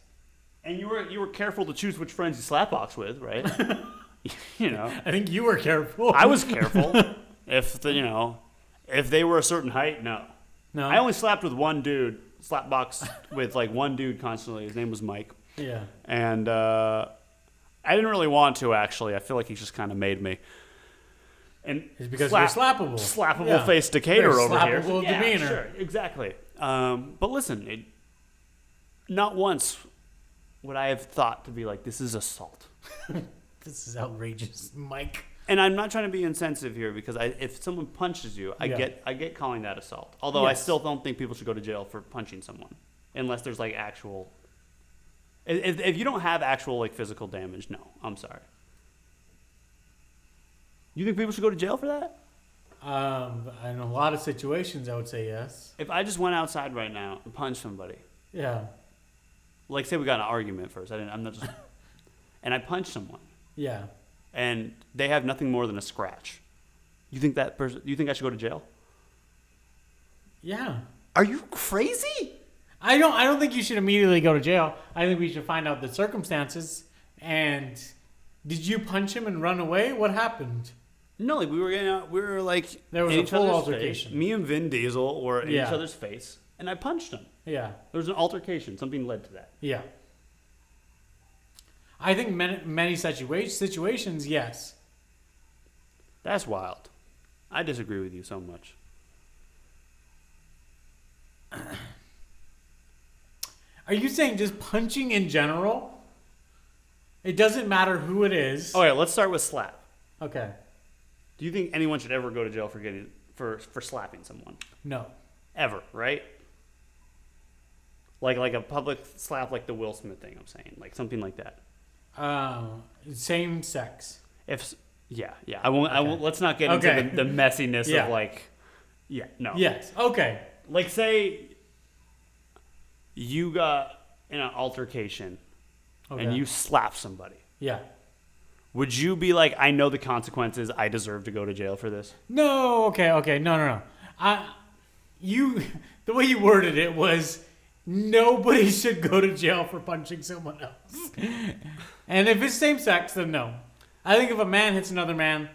And you were you were careful to choose which friends you slapbox with, right? you know,
I think you were careful.
I was careful. if the you know, if they were a certain height, no.
No.
I only slapped with one dude slapbox with like one dude constantly. His name was Mike,
Yeah.
and uh, I didn't really want to actually. I feel like he just kind of made me. And
It's because
slap-
you're slappable.
slappable
Yeah.
face Decatur
Very
over here.
slappable demeanor.
sure, exactly. Um, but listen, it, not once would I have thought to be like, this is assault.
This is outrageous, Mike.
And I'm not trying to be insensitive here because I, if someone punches you, I
Yeah.
get I get calling that assault. Although I
Yes.
still don't think people should go to jail for punching someone, unless there's like actual. If, if you don't have actual like physical damage, no, I'm sorry. You think people should go to jail for that?
Um, in a lot of situations, I would say yes.
If I just went outside right now and punched somebody,
Yeah.
like say we got in an argument first, I didn't, I'm not just, and I punched someone,
Yeah.
and they have nothing more than a scratch. You think that person? You think I should go to jail?
Yeah.
Are you crazy?
I don't. I don't think you should immediately go to jail. I think we should find out the circumstances. And did you punch him and run away? What happened?
No, like we were getting out, we were like
There was
in
a
each
full
other's
altercation.
Face. Me and Vin Diesel were in
Yeah.
each other's face, and I punched him.
Yeah.
There was an altercation. Something led to that.
Yeah. I think many, many situa- situations, yes.
That's wild. I disagree with you so much.
Are you saying just punching in general? It doesn't matter who it is.
Okay, let's start with slap.
Okay.
Do you think anyone should ever go to jail for getting for for slapping someone?
No.
Ever, right? Like like a public slap, like the Will Smith thing. I'm saying, like something like that.
Um, same sex.
If s- yeah, yeah, I won't. I
Okay.
won't. Let's not get
Okay.
into the, the messiness
Yeah.
of like, yeah, no,
Yes. Okay.
like say you got in an altercation
okay.
and you slap somebody
Yeah.
would you be like i know the consequences i deserve to go to jail for this
No. Okay. Okay. No. No. No. I. You. The way you worded it was nobody should go to jail for punching someone else. and if it's same sex, then no. I think if a man hits another man,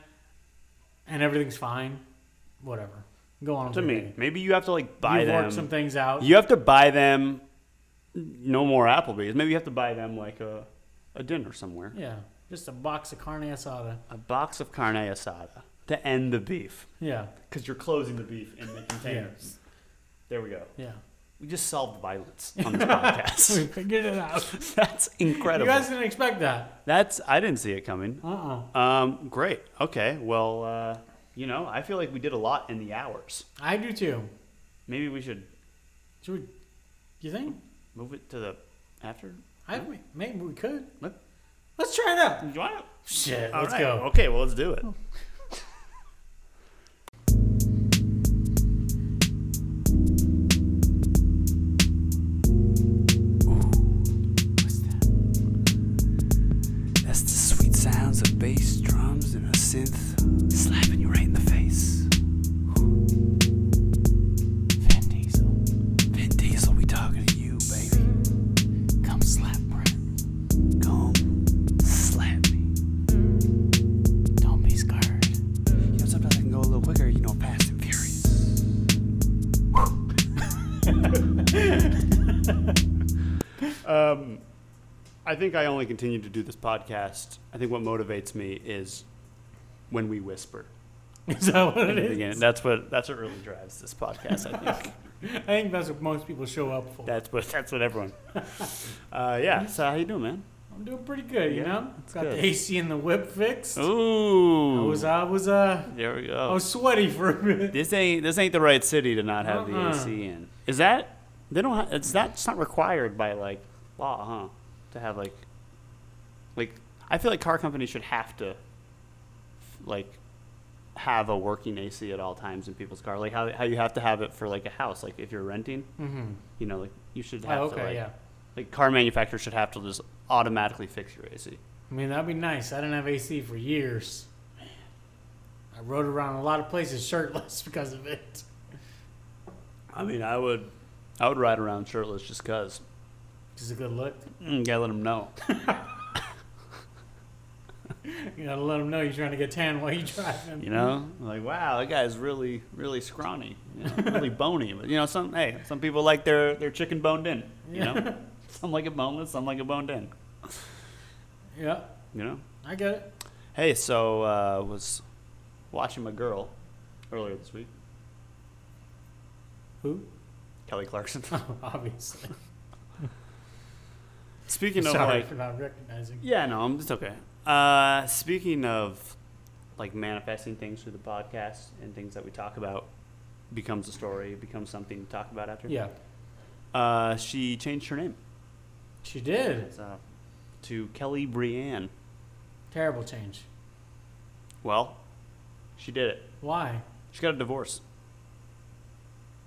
and everything's fine, whatever. Go on.
to
with your
me
day.
maybe you have to like buy
You've
them
worked some things out.
you have to buy them no more applebees maybe you have to buy them like a, a dinner somewhere
Yeah, just a box of carne asada.
a box of carne asada to end the beef
Yeah,
because you're closing the beef in the container there we go
yeah.
we just solved violence on this podcast
We figured it out.
that's incredible
You guys didn't expect that.
that's i didn't see it coming
Uh uh
Um, great. Okay. Well, uh, you know, I feel like we did a lot in the hours.
I do too.
Maybe we should
Should we? You think?
move it to the after.
I maybe we could.
Let-
Let's try it out.
You want it?
Shit,
All
let's
right.
go. Oh.
Okay. Well, let's do it.
What's that? That's the sweet sounds of bass drums and a synth slapping you right in the face. Vin Diesel. Vin Diesel, we talking to you, baby. Come slap Brent. Come slap me. Don't be scared. You know, sometimes I can go a little quicker, you know, fast and furious.
Um, I think I only continue to do this podcast. I think what motivates me is when we whisper.
Is that
At
what it
the
is?
beginning. That's what that's what really drives this podcast. I think
I think that's what most people show up for.
that's what that's what everyone. Uh, yeah. So how you doing, man?
I'm doing pretty good, you
Yeah,
know.
it's
Got
good.
the AC and the whip fixed. I
Ooh.
was, I was, uh,
there we go.
I was sweaty for a minute.
This ain't this ain't the right city to not have
Uh-uh.
the AC in. Is that they don't? Ha- it's not it's not required by like law, huh? To have like like I feel like car companies should have to like have a working AC at all times in people's car. Like how how you have to have it for like a house. Like if you're renting,
Mm-hmm.
you know, like you should have
Oh,
to
okay,
like,
yeah.
like car manufacturers should have to just automatically fix your AC.
I mean, that'd be nice. I didn't have AC for years. I rode around a lot of places shirtless because of it.
I mean, I would I would ride around shirtless just cause.
Just a good look.
Mm, gotta let them know.
You gotta let them know you're trying to get tan while you're driving.
You know, like wow, that guy's really, really scrawny, you know, really bony. But you know, some hey, some people like their their chicken boned in. You know, some like it boneless, some like it boned in.
Yeah,
You know.
I get it.
Hey, so uh, was watching my girl earlier this week,
Who?
Kelly Clarkson.
Oh, obviously.
Speaking of
Sorry
like,
for not recognizing.
yeah, no, I'm- it's okay. Uh, speaking of like manifesting things through the podcast and things that we talk about becomes a story, becomes something to talk about after.
Yeah,
Uh, she changed her name.
she did.
It's, uh, to Kelly Brienne.
Terrible change.
Well, she did it.
Why?
She got a divorce.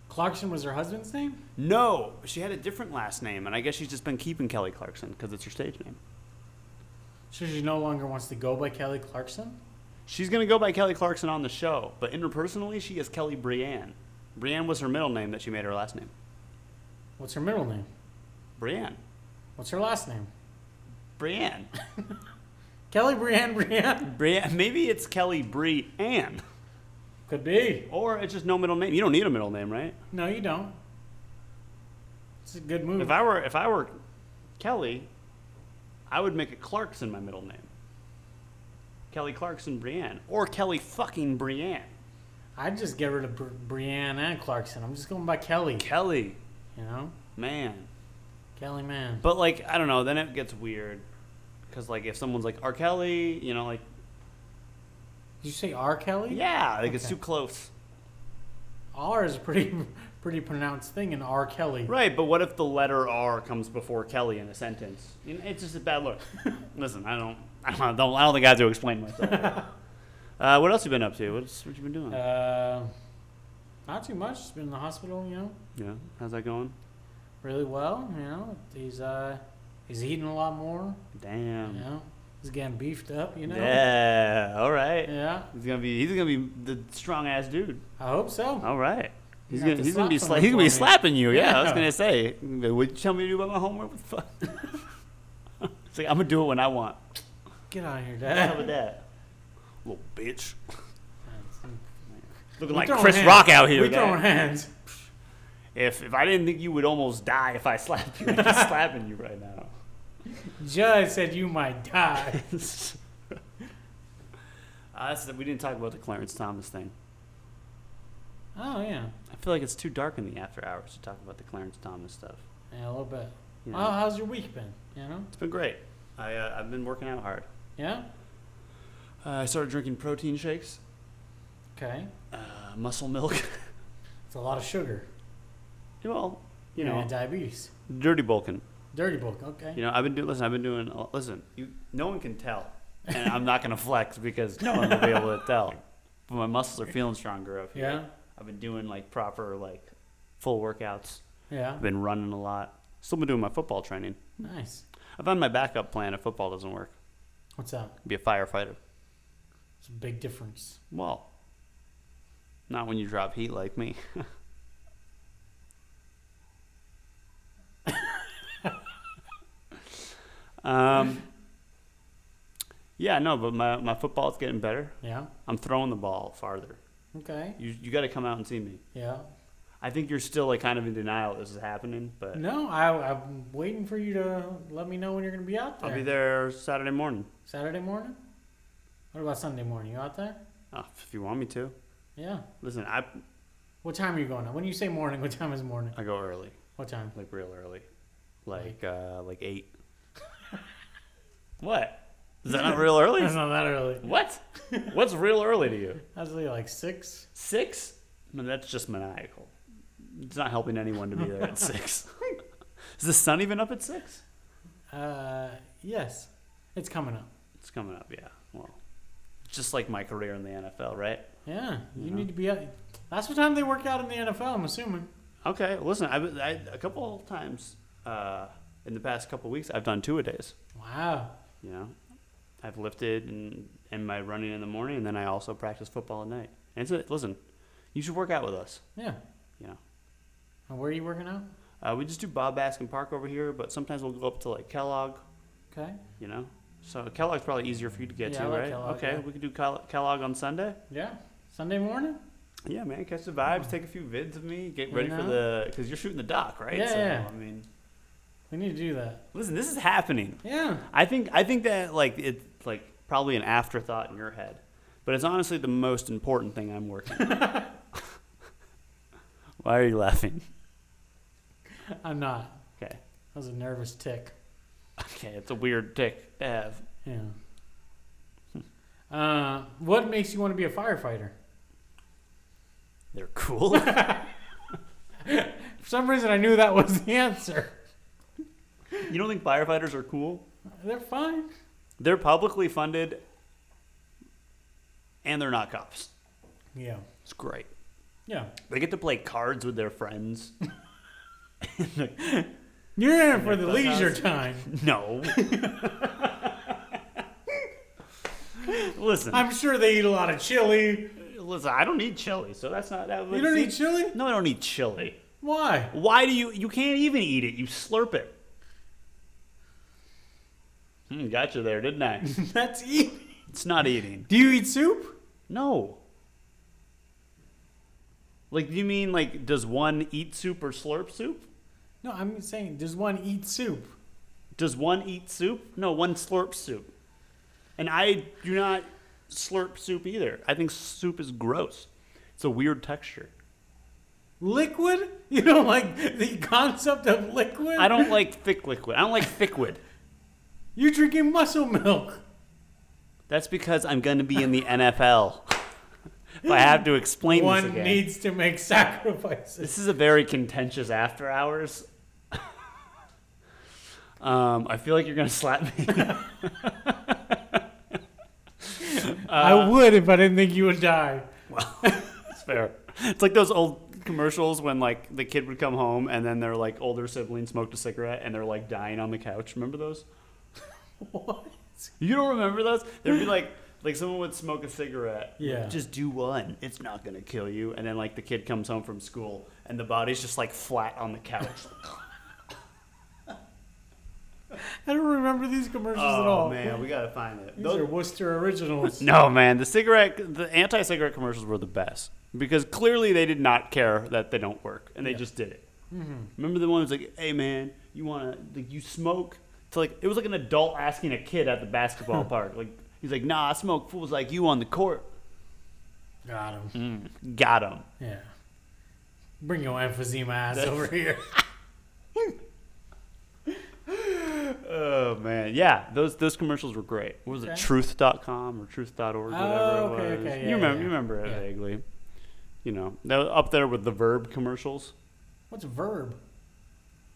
Clarkson was her husband's name?
No, she had a different last name, and I guess she's just been keeping Kelly Clarkson because it's her stage name.
So she no longer wants to go by Kelly Clarkson?
She's gonna go by Kelly Clarkson on the show, but interpersonally, she is Kelly Brienne. Brienne was her middle name that she made her last name.
What's her middle name?
Brienne.
What's her last name?
Brienne.
Kelly Brienne Brienne?
Brienne. Maybe it's Kelly Brienne,
Could be.
or it's just no middle name. You don't need a middle name, right?
No, you don't. It's a good move.
If I were if I were Kelly, I would make it Clarkson my middle name. Kelly Clarkson Brienne. Or Kelly fucking Brienne.
I'd just get rid of Br- Brienne and Clarkson. I'm just going by Kelly.
Kelly,
You know?
man.
Kelly man.
But like, I don't know, then it gets weird. Cause like if someone's like R. Kelly, you know, like
Did you say R. Kelly?
yeah, like it's
Okay.
too close.
R is a pretty pretty pronounced thing in R. Kelly.
Right, but what if the letter R comes before Kelly in a sentence? You know, it's just a bad look. Listen, I don't, I don't, I don't, I don't think I have to explain myself. uh, what else you been up to? What's what you been doing?
Uh, not too much. He's been in the hospital, you know,
yeah, how's that going?
really well. You know, he's uh, he's eating a lot more.
Damn.
You know, he's getting beefed up. You know.
Yeah. All right.
Yeah.
He's gonna be he's gonna be the strong ass dude.
I hope so.
All right. He's gonna
You're gonna have to
he's gonna be sla-
slap someone
he's gonna be
for me.
slapping you. Yeah, I was
Yeah.
gonna say. Would you tell me to do about my homework? What the fuck? it's like I'm gonna do it when I want.
Get out of
How
here,
about
Dad.
that? Little bitch. Looking
We
like
throwing
Chris
hands.
Rock out here.
We
guy.
throwing hands.
If if I didn't think you would almost die if I slapped you, I'd be slapping you right now.
Judge said you might die.
uh, that's, we didn't talk about the Clarence Thomas thing.
oh yeah.
I feel like it's too dark in the after hours to talk about the Clarence Thomas stuff.
Yeah, a little bit.
you know?
Oh, how's your week been? You know.
It's been great. I, uh, I've been working out hard.
Yeah.
Uh, I started drinking protein shakes,
Okay.
uh, muscle milk.
It's a lot of sugar.
well, you
You're
know,
gonna have diabetes.
dirty bulking.
Dirty book. Okay.
You know, I've been doing. Listen, I've been doing. a- Listen, you, no one can tell, and I'm not gonna flex because no one will be able to tell. But my muscles are feeling stronger up here.
Yeah.
I've been doing like proper like full workouts.
Yeah.
I've been running a lot. Still been doing my football training.
Nice.
I found my backup plan if football doesn't work.
What's up?
Be a firefighter.
It's a big difference.
Well, not when you drop heat like me. um, yeah, no, but my, my football's getting better.
Yeah.
I'm throwing the ball farther.
Okay.
You, you got to come out and see me.
Yeah.
I think you're still like kind of in denial this is happening, but
No, I, I'm waiting for you to let me know when you're going to be out there.
I'll be there Saturday morning.
Saturday morning? What about Sunday morning? You out there?
Oh, if you want me to.
Yeah.
Listen, I,
What time are you going out? When you say morning, what time is morning?
I go early,
What time?
like real early, like uh, like eight. what? Is that not real early?
That's not that early.
What? What's real early to you?
That's really like six.
Six? No, that's just maniacal. It's not helping anyone to be there at six. Is the sun even up at six?
Uh, yes. It's coming up.
It's coming up, yeah. Well, just like my career in the NFL, right?
Yeah. You
Yeah.
need to be out. That's what time they work out in the NFL, I'm assuming.
Okay, listen, I've, I, a couple times uh, in the past couple weeks, I've done two a days.
Wow.
You know, I've lifted and, and my running in the morning, and then I also practice football at night. And so, listen, you should work out with us.
Yeah.
You know,
And where are you working out?
uh, we just do Bob Baskin Park over here, but sometimes we'll go up to like Kellogg.
Okay.
You know, So Kellogg's probably easier for you to get
Yeah,
to,
I like
right?
Kellogg,
okay,
yeah.
we can do Kell- Kellogg on Sunday.
Yeah. Sunday morning?
Yeah, man, catch the vibes, take a few vids of me, get
You
ready for
know?
the because you're shooting the doc, right?
Yeah,
so,
yeah.
I mean,
We need to do that.
listen, this is happening.
Yeah.
I think I think that like it's like probably an afterthought in your head, but it's honestly the most important thing I'm working. on. Why are you laughing?
I'm not.
Okay,
That was a nervous tick.
okay, it's a weird tick to have.
Yeah. Uh, what makes you want to be a firefighter?
They're cool.
For some reason, I knew that was the answer.
you don't think firefighters are cool?
They're fine.
They're publicly funded, and they're not cops.
Yeah.
It's great.
Yeah.
They get to play cards with their friends.
You're in for
the
the
clubhouse.
leisure time.
No. listen,
I'm sure they eat a lot of chili.
listen. I don't need chili, so that's not that.
You don't
see-
eat chili?
No, I don't eat chili.
Why?
Why do you? You can't even eat it. You slurp it. Hmm, gotcha there, didn't I?
That's eat.
it's not eating.
Do you eat soup?
No. Like, do you mean like does one eat soup or slurp soup?
No, I'm saying does one eat soup?
Does one eat soup? No, one slurps soup. And I do not slurp soup either. I think soup is gross. It's a weird texture.
Liquid? You don't like the concept of liquid?
I don't like thick liquid. I don't like thickwood.
You're drinking muscle milk.
That's because I'm going to be in the NFL. if I have to explain this
One
again.
needs to make sacrifices.
This is a very contentious after hours. um, I feel like you're gonna slap me. Uh,
I would if I didn't think you would die.
It's fair. It's like those old commercials when like the kid would come home and then their like older sibling smoked a cigarette and they're like dying on the couch. Remember those?
What?
You don't remember those? There'd be like like someone would smoke a cigarette.
Yeah.
Just do one. It's not gonna kill you. And then like the kid comes home from school and the body's just like flat on the couch.
I don't remember these commercials at
oh
all.
man, we gotta find it.
These
Those-
are Worcester originals.
No, man, the cigarette, the anti-cigarette commercials were the best because clearly they did not care that they don't work, and they just did it.
Mm-hmm.
Remember the one was like, "Hey, man, you wanna like you smoke?" To like, it was like an adult asking a kid at the basketball park, like he's like, "Nah, I smoke fools like you on the court."
Got 'em.
Mm. Got him.
Yeah. Bring your emphysema ass over here.
Oh man, yeah, those those commercials were great. What was it,
Okay.
Truth.com or Truth.org, whatever
Oh, okay,
it was.
okay,
you
yeah,
remember,
yeah.
you remember it
Yeah.
vaguely. You know, that was up there with the Verb commercials.
What's a verb?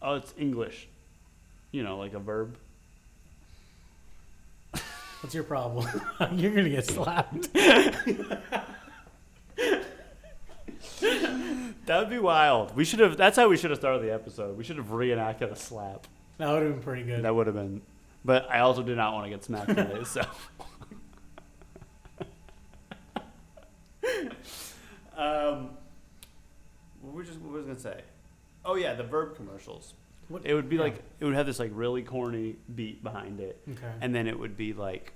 Oh, it's English. You know, like a verb.
What's your problem? You're gonna get slapped.
That would be wild. We should have. That's how we should have started the episode. We should have reenacted a slap.
That would have been pretty good.
That would have been. But I also did not want to get smacked today, so. um, what was just what was I gonna say? Oh yeah, the verb commercials.
What-
It would be
yeah.
like it would have this like really corny beat behind it,
Okay.
and then it would be like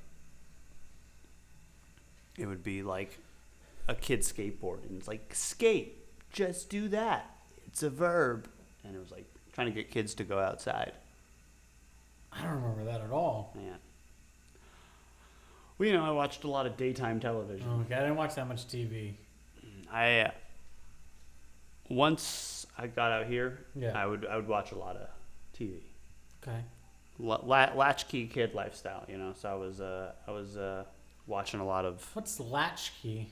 it would be like a kid skateboarding. It's like skate, just do that. It's a verb, and it was like trying to get kids to go outside.
I don't remember that at all.
Man, well, you know, I watched a lot of daytime television.
Oh, okay, I didn't watch that much TV.
I uh, once I got out here,
Yeah.
I would I would watch a lot of TV.
Okay.
La- la- latchkey kid lifestyle, you know. So I was uh, I was uh, watching a lot of
What's latchkey?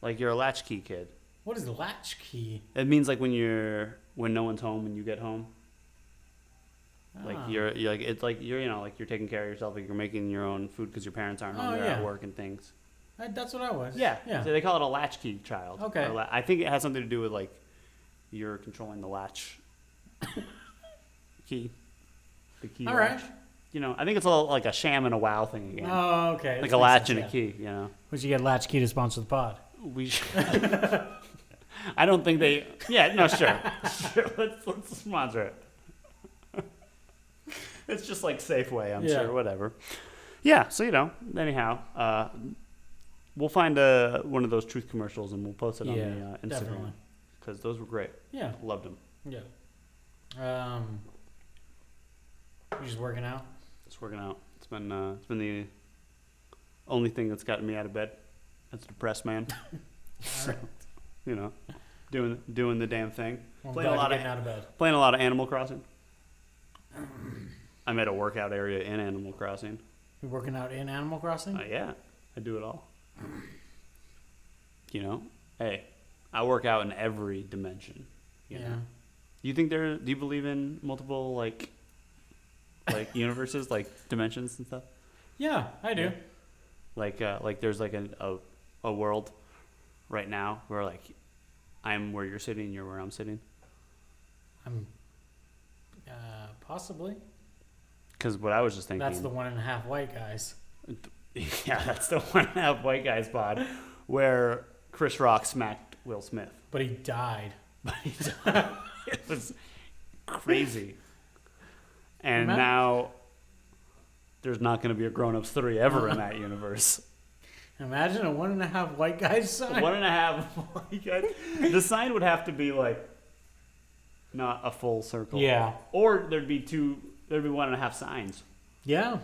like you're a latchkey kid.
What is latchkey?
It means like when you're when no one's home when you get home. Like
Ah.
you're, you're like it's like you're you know like you're taking care of yourself like you're making your own food because your parents aren't home
Oh,
they're
yeah.
at work and things.
I, that's what I was.
Yeah,
Yeah.
So they call it a latchkey child. or
Okay.
la- I think it has something to do with like you're controlling the latch key, the key.
all right.
latch. You know, I think it's all like a sham and a wow thing again,
Oh, okay.
like
That
a
makes
latch
sense,
and a
yeah.
key. You know.
But you get latchkey to sponsor the pod.
We. Sh- I don't think they. Yeah, no, sure. sure let's, let's sponsor it. It's just like Safeway, I'm
Yeah.
sure, whatever. Yeah, so you know. Anyhow, uh, we'll find uh, one of those truth commercials and we'll post it on
Yeah,
the uh, Instagram
definitely.
because those were great.
Yeah.
Loved them.
Yeah. Um, you just working out?
It's working out. It's been uh, it's been the only thing that's gotten me out of bed. That's a depressed man. so, you know, doing doing the damn thing.
Well,
Played a
glad
lot
you're
of-
getting out of bed.
Playing a lot of Animal Crossing. I'm at a workout area in Animal Crossing.
You working out in Animal Crossing?
Uh, yeah, I do it all. You know, hey, I work out in every dimension. You
yeah.
Know? Do you think there? Do you believe in multiple like, like universes, like dimensions and stuff?
Yeah, I do.
Yeah. Like, uh, like there's like a, a a world right now where like I'm where you're sitting, you're where I'm sitting.
I'm uh, possibly.
Because what I was just thinking.
That's the one and a half white guys.
yeah, that's the one half white guy spot where Chris Rock smacked Will Smith.
But he died.
but he died. it was crazy. And
Imagine-
now there's not going to be a Grown Ups 3 ever in that universe.
Imagine a one and a half white guys sign.
One and a half. oh my God. The sign would have to be like not a full circle.
Yeah.
Or there'd be two, there'd be one and a half signs.
Yeah.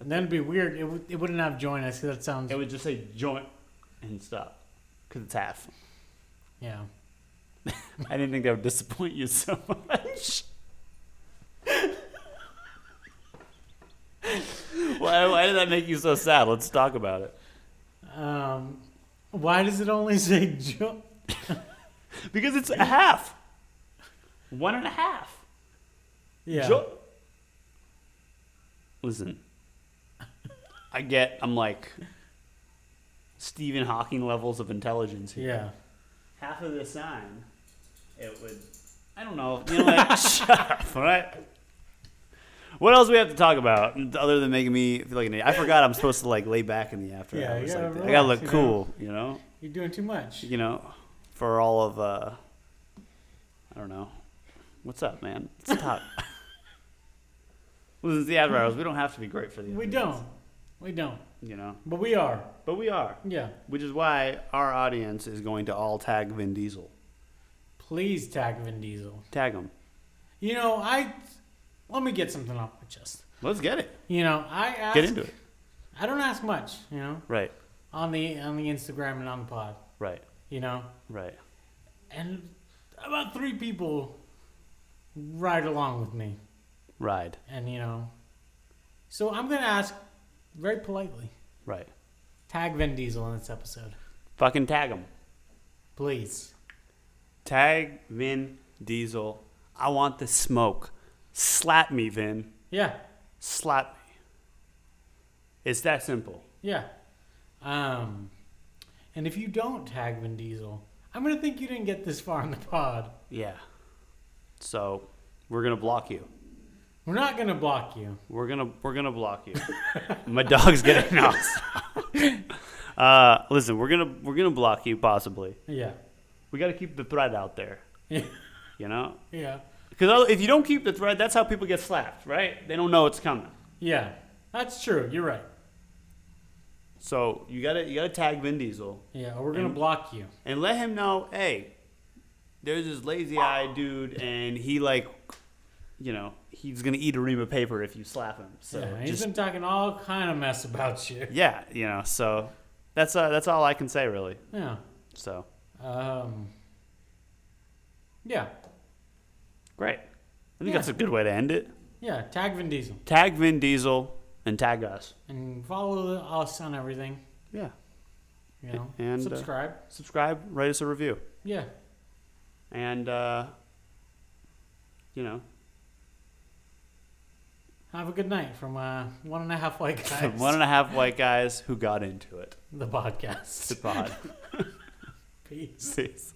And then it'd be weird. It, would it wouldn't have joined us 'cause that sounds.
It would just say joint and stop because it's half.
yeah.
I didn't think that would disappoint you so much. why, why did that make you so sad? Let's talk about it.
Um, why does it only say jo-
Because it's a half. One and a half.
Yeah.
Jo- Listen, I get, I'm like Stephen Hawking levels of intelligence here.
yeah.
half of the sign, it would. I don't know. You know what? Shut up. All right. What else we have to talk about other than making me feel like an idiot? I forgot I'm supposed to like lay back in the after
Yeah, you
hours.
gotta
like that. I
relax,
gotta look
you know?
cool, you know.
You're doing too much.
You know, for all of uh, I don't know. What's up, man? Stop. Listen, it's the after hours. We don't have to be great for the.
We
audience,
don't. We don't.
You know,
But we are.
but we are,
Yeah.
which is why our audience is going to all tag Vin Diesel.
Please tag Vin Diesel.
Tag him.
You know, I let me get something off my chest.
Let's get it.
You know, I ask,
Get into it.
I don't ask much. You know,
Right,
on the on the Instagram and on the pod.
right,
You know,
right.
and about three people ride along with me,
Ride,
and you know, so I'm gonna ask very politely.
right.
Tag Vin Diesel in this episode,
Fucking tag him.
please.
Tag Vin Diesel. I want the smoke. Slap me, Vin.
Yeah,
Slap me. It's that simple.
yeah. Um, and if you don't tag Vin Diesel, I'm gonna think you didn't get this far in the pod.
Yeah. So we're gonna block you.
We're not gonna block you.
We're gonna we're gonna block you. My dog's getting knocked. uh, listen, we're gonna we're gonna block you possibly.
Yeah.
We gotta keep the threat out there. You know,
Yeah.
because if you don't keep the threat, that's how people get slapped, right? They don't know it's coming.
Yeah. That's true. You're right.
So you gotta you gotta tag Vin Diesel
Yeah, or we're gonna
And-
block you.
and let him know, hey, there's this lazy eye dude, and he like, you know, he's gonna eat a ream of paper if you slap him. So
yeah, he's
just
been talking all kind of mess about you.
yeah, you know, so that's uh, that's all I can say really.
Yeah.
So
Um. Yeah.
great, I think
Yeah.
that's a good way to end it.
Yeah. Tag Vin Diesel
Tag Vin Diesel and tag us.
and follow us on everything.
Yeah,
You know,
And, uh,
subscribe.
subscribe, write us a review,
yeah.
and uh, you know,
Have a good night from uh, one and a half white guys.
one and a half white guys who got into it.
the podcast.
Goodbye.
Peace.
Peace.